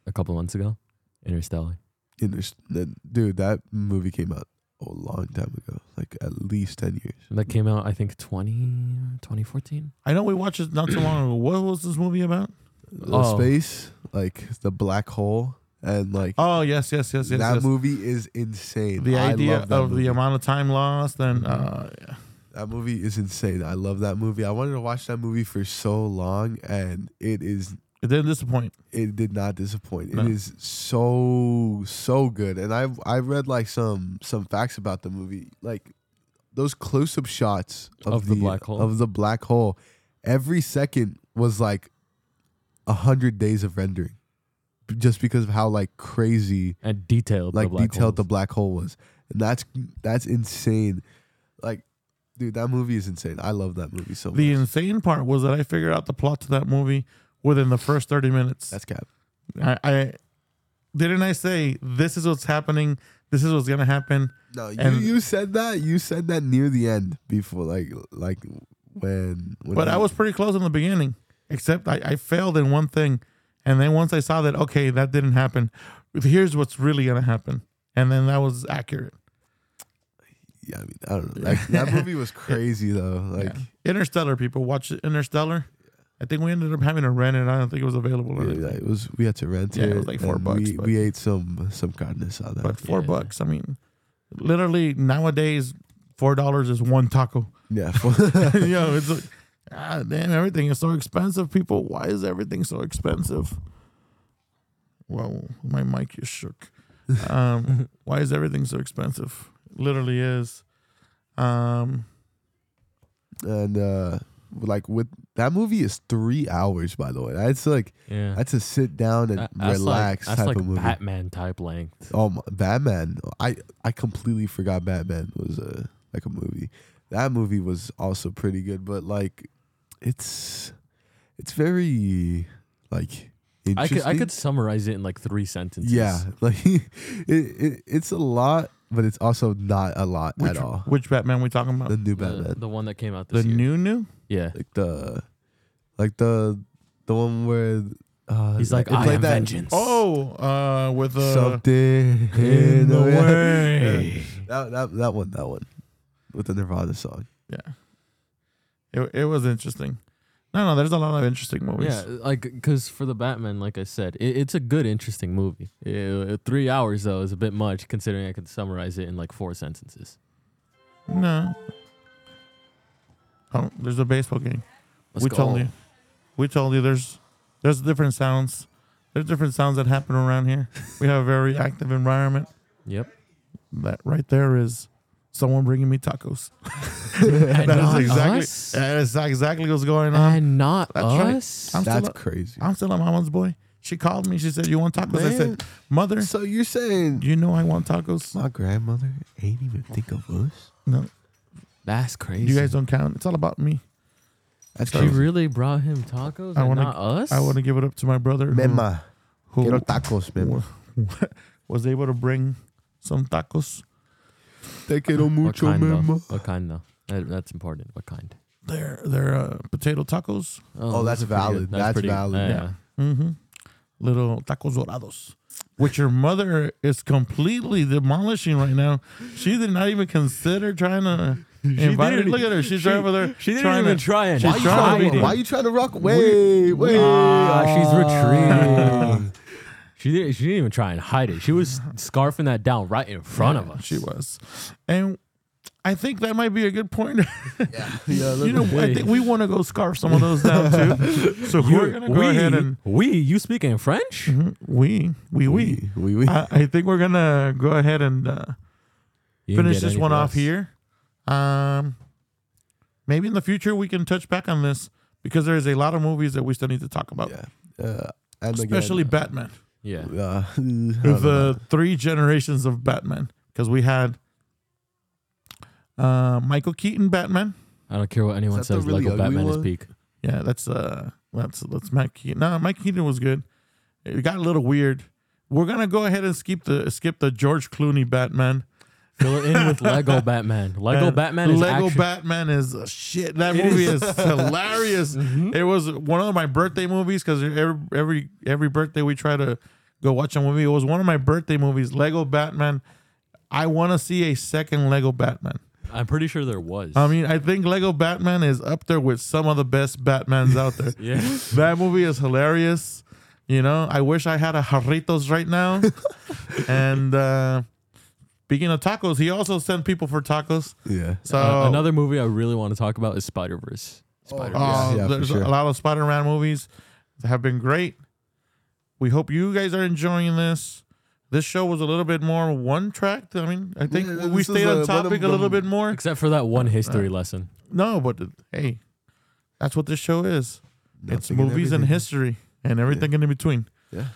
Speaker 3: a couple months ago. Interstellar.
Speaker 2: And there's- that- dude, that movie came out a long time ago, like at least ten years.
Speaker 3: That came out I think 20, 2014.
Speaker 1: I know we watched it not too long ago. What was this movie about?
Speaker 2: the
Speaker 3: Oh.
Speaker 2: space, like the black hole, and like
Speaker 1: Oh yes, yes, yes, yes.
Speaker 2: that
Speaker 1: yes.
Speaker 2: movie is insane.
Speaker 1: the
Speaker 2: I
Speaker 1: idea
Speaker 2: love that
Speaker 1: of
Speaker 2: movie. Mm-hmm.
Speaker 1: the amount of time lost and uh,
Speaker 2: that movie is insane. I love that movie. I wanted to watch that movie for so long, and it is
Speaker 1: it didn't disappoint.
Speaker 2: it did not disappoint.
Speaker 1: No.
Speaker 2: It is so so good, and I I read like some some facts about the movie, like those close up shots of,
Speaker 3: Of the black hole?
Speaker 2: of the black hole. Every second was like a hundred days of rendering, just because of how like crazy
Speaker 3: And detailed the
Speaker 2: like
Speaker 3: black
Speaker 2: detailed the
Speaker 3: holes.
Speaker 2: black hole was, and that's that's insane. Like, dude, that movie is insane. I love that movie so
Speaker 1: The
Speaker 2: much.
Speaker 1: insane part was that I figured out the plot to that movie within the first thirty minutes.
Speaker 2: That's cap.
Speaker 1: I, I didn't I say this is what's happening. This is what's gonna happen.
Speaker 2: No, you,
Speaker 1: And-
Speaker 2: you said that. You said that near the end before, like like when. when
Speaker 1: But I was pretty close in the beginning, except I, I failed in one thing. And then once I saw that, okay, that didn't happen. Here's what's really gonna happen. And then that was accurate.
Speaker 2: yeah, I mean, I don't know. That, that movie was crazy though. Like,
Speaker 1: Interstellar, people watch Interstellar. I think we ended up having to rent it. I don't think it was available. or
Speaker 2: yeah,
Speaker 1: anything.
Speaker 2: like, it was. We had to rent
Speaker 1: Yeah,
Speaker 2: it.
Speaker 1: it was like four
Speaker 2: and
Speaker 1: bucks,
Speaker 2: We,
Speaker 1: but-
Speaker 2: we ate some some carnes on that.
Speaker 1: But four
Speaker 3: Yeah.
Speaker 1: bucks. I mean, literally nowadays, four dollars is one taco.
Speaker 2: yeah,
Speaker 1: you know, it's like, ah, damn, everything is so expensive. People, why is everything so expensive? Wow, my mic is shook. Um, why is everything so expensive? Literally is. Um,
Speaker 2: and uh, like with that movie is three hours. By the way, that's like
Speaker 3: Yeah.
Speaker 2: that's a sit down and
Speaker 3: That- that's
Speaker 2: relax
Speaker 3: like, that's like
Speaker 2: type of movie.
Speaker 3: Batman type length.
Speaker 2: Oh, my, Batman! I I completely forgot Batman was a like a movie. That movie was also pretty good, but like, it's it's very like
Speaker 3: I
Speaker 2: interesting.
Speaker 3: could I could summarize it in like three sentences.
Speaker 2: yeah, like it, it it's a lot, but it's also not a lot
Speaker 1: which,
Speaker 2: at all.
Speaker 1: which Batman we talking
Speaker 2: The
Speaker 1: about?
Speaker 2: new
Speaker 3: The,
Speaker 2: Batman,
Speaker 3: the one that came out
Speaker 1: The,
Speaker 3: this year.
Speaker 1: new new.
Speaker 3: yeah.
Speaker 2: like the like the the one where uh,
Speaker 3: He's like,
Speaker 2: it
Speaker 3: I
Speaker 2: played
Speaker 3: am
Speaker 2: that
Speaker 3: vengeance.
Speaker 1: Oh, uh, with uh,
Speaker 2: something
Speaker 3: in the Oh,
Speaker 2: way.
Speaker 3: way.
Speaker 2: That, that that one, that one, with the Nirvana song.
Speaker 1: yeah. It it was interesting. No, no, there's a lot of interesting movies.
Speaker 3: Yeah, like because for the Batman, like I said, it, it's a good, interesting movie. Uh, three hours though is a bit much, considering I could summarize it in like four sentences.
Speaker 1: No. Oh, there's a baseball game.
Speaker 3: Let's
Speaker 1: we
Speaker 3: go.
Speaker 1: told you. We told you there's there's different sounds. There's different sounds that happen around here. We have a very active environment.
Speaker 3: Yep.
Speaker 1: That right there is someone bringing me tacos.
Speaker 3: and
Speaker 1: That
Speaker 3: not
Speaker 1: is exactly
Speaker 3: us.
Speaker 1: that is exactly what's going on.
Speaker 3: and not
Speaker 1: That's right.
Speaker 3: us.
Speaker 1: I'm
Speaker 2: That's
Speaker 1: still
Speaker 2: crazy.
Speaker 1: I'm still a mama's boy. She called me. She said, "You want tacos?" I
Speaker 2: Man.
Speaker 1: said, "Mother,
Speaker 2: So you're saying
Speaker 1: you know I want tacos."
Speaker 2: my grandmother ain't even think of us?
Speaker 1: No,
Speaker 3: That's crazy.
Speaker 1: you guys don't count. It's all about me.
Speaker 2: That's
Speaker 3: She really brought him tacos
Speaker 1: I
Speaker 3: and
Speaker 1: wanna-
Speaker 3: not us.
Speaker 1: I want to give it up to my brother. who-
Speaker 2: Mema,
Speaker 1: who-
Speaker 2: quiero tacos, mema.
Speaker 1: wa- was able to bring some tacos.
Speaker 2: Te quiero
Speaker 3: what
Speaker 2: mucho,
Speaker 3: kind, though?
Speaker 2: mema.
Speaker 3: What kind though? That, that's important. What kind?
Speaker 1: They're they're uh, potato tacos.
Speaker 2: Oh, that's
Speaker 3: those are pretty good.
Speaker 2: valid. That's
Speaker 3: pretty-
Speaker 2: valid.
Speaker 3: yeah.
Speaker 1: Yeah. Mm-hmm. Little tacos dorados, which your mother is completely demolishing right now. She did not even consider trying to invite her.
Speaker 3: didn't-
Speaker 1: Look at her. She's right over there.
Speaker 3: She didn't
Speaker 1: trying
Speaker 3: even
Speaker 1: to,
Speaker 3: try it.
Speaker 1: She's
Speaker 2: Why you, trying to,
Speaker 1: Trying.
Speaker 2: why you trying to rock? Wait, wait.
Speaker 1: Ah,
Speaker 3: Ah, she's retreating. Ah. She didn't. She didn't even try and hide it. She was scarfing that down right in front of us.
Speaker 1: She was, and I think that might be a good point.
Speaker 2: Yeah,
Speaker 1: you know, I
Speaker 3: Hey.
Speaker 1: think we want to go scarf some of those down too. So we're gonna go
Speaker 3: we,
Speaker 1: ahead and
Speaker 3: we. You speak in French?
Speaker 1: Mm-hmm. we we we.
Speaker 2: we, we, we.
Speaker 1: I, I think we're gonna go ahead and. Uh,
Speaker 3: You didn't
Speaker 1: finish
Speaker 3: get
Speaker 1: this
Speaker 3: anything
Speaker 1: one off
Speaker 3: else.
Speaker 1: here. Um, maybe in the future we can touch back on this because there is a lot of movies that we still need to talk about,
Speaker 2: yeah. Uh, and
Speaker 1: especially
Speaker 2: again,
Speaker 1: Batman. uh,
Speaker 3: Yeah.
Speaker 2: uh, I don't know.
Speaker 1: The three generations of Batman because we had uh, Michael Keaton Batman.
Speaker 3: I don't care what anyone
Speaker 2: Is that the
Speaker 3: says.
Speaker 2: really
Speaker 3: Lego
Speaker 2: ugly
Speaker 3: Batman is
Speaker 2: one?
Speaker 3: peak.
Speaker 1: Yeah, that's uh, that's that's Mike Keaton. No, Mike Keaton was good. It got a little weird. We're gonna go ahead and skip the skip the George Clooney Batman.
Speaker 3: Fill it in with Lego Batman. Lego
Speaker 1: And
Speaker 3: Batman is
Speaker 1: Lego
Speaker 3: action.
Speaker 1: Batman is uh, shit. That
Speaker 3: It
Speaker 1: movie is,
Speaker 3: is. Mm-hmm.
Speaker 1: hilarious. It was one of my birthday movies because every every every birthday we try to go watch a movie. It was one of my birthday movies. Lego Batman. I want to see a second Lego Batman.
Speaker 3: I'm pretty sure there was.
Speaker 1: I mean, I think Lego Batman is up there with some of the best Batmans out there.
Speaker 3: yeah.
Speaker 1: That movie is hilarious. You know, I wish I had a jarritos right now. and uh, speaking of tacos, he also sent people for tacos.
Speaker 2: Yeah.
Speaker 1: So
Speaker 3: Uh, another movie I really want to talk about is Spider Verse.
Speaker 2: Oh,
Speaker 1: Uh,
Speaker 2: Yeah, for
Speaker 1: there's
Speaker 2: sure.
Speaker 1: a lot of Spider-Man movies that have been great. We hope you guys are enjoying this. This show was a little bit more one track. I mean, I think
Speaker 2: Yeah,
Speaker 1: we
Speaker 2: this
Speaker 1: stayed
Speaker 2: is, uh,
Speaker 1: on
Speaker 2: one
Speaker 1: topic a
Speaker 2: of
Speaker 1: little
Speaker 2: them-
Speaker 1: bit more.
Speaker 3: Except for that one history lesson.
Speaker 1: No, but uh, hey, that's what this show is. it's
Speaker 2: Nothing and
Speaker 1: movies and
Speaker 2: everything.
Speaker 1: history and everything in between.
Speaker 2: Yeah.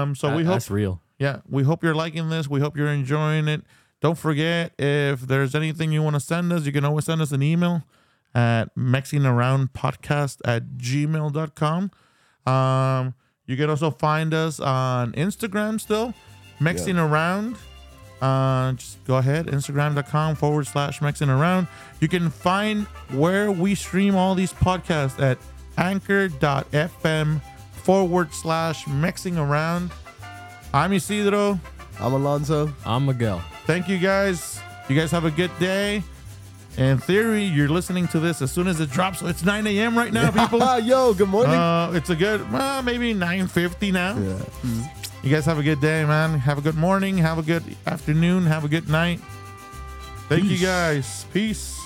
Speaker 1: Um. So
Speaker 3: That-
Speaker 1: we hope
Speaker 3: that's real.
Speaker 1: yeah, we hope you're liking this. We hope you're enjoying it. Don't forget, if there's anything you want to send us, you can always send us an email at mexingaroundpodcast at gmail.com. Um, you can also find us on Instagram still, Mexing Around. Uh, just go ahead, instagram.com forward slash Mexing Around. You can find where we stream all these podcasts at anchor.fm forward slash Mexing Around. I'm Isidro.
Speaker 2: I'm Alonzo.
Speaker 3: I'm Miguel.
Speaker 1: Thank you guys. You guys have a good day. In theory, you're listening to this as soon as it drops. So it's 9 a.m. right now, people.
Speaker 2: Yo, good morning.
Speaker 1: Uh, it's a good, well, maybe 9.50 now.
Speaker 2: yeah.
Speaker 1: You guys have a good day, man. Have a good morning. Have a good afternoon. Have a good night. Thank you guys. Peace.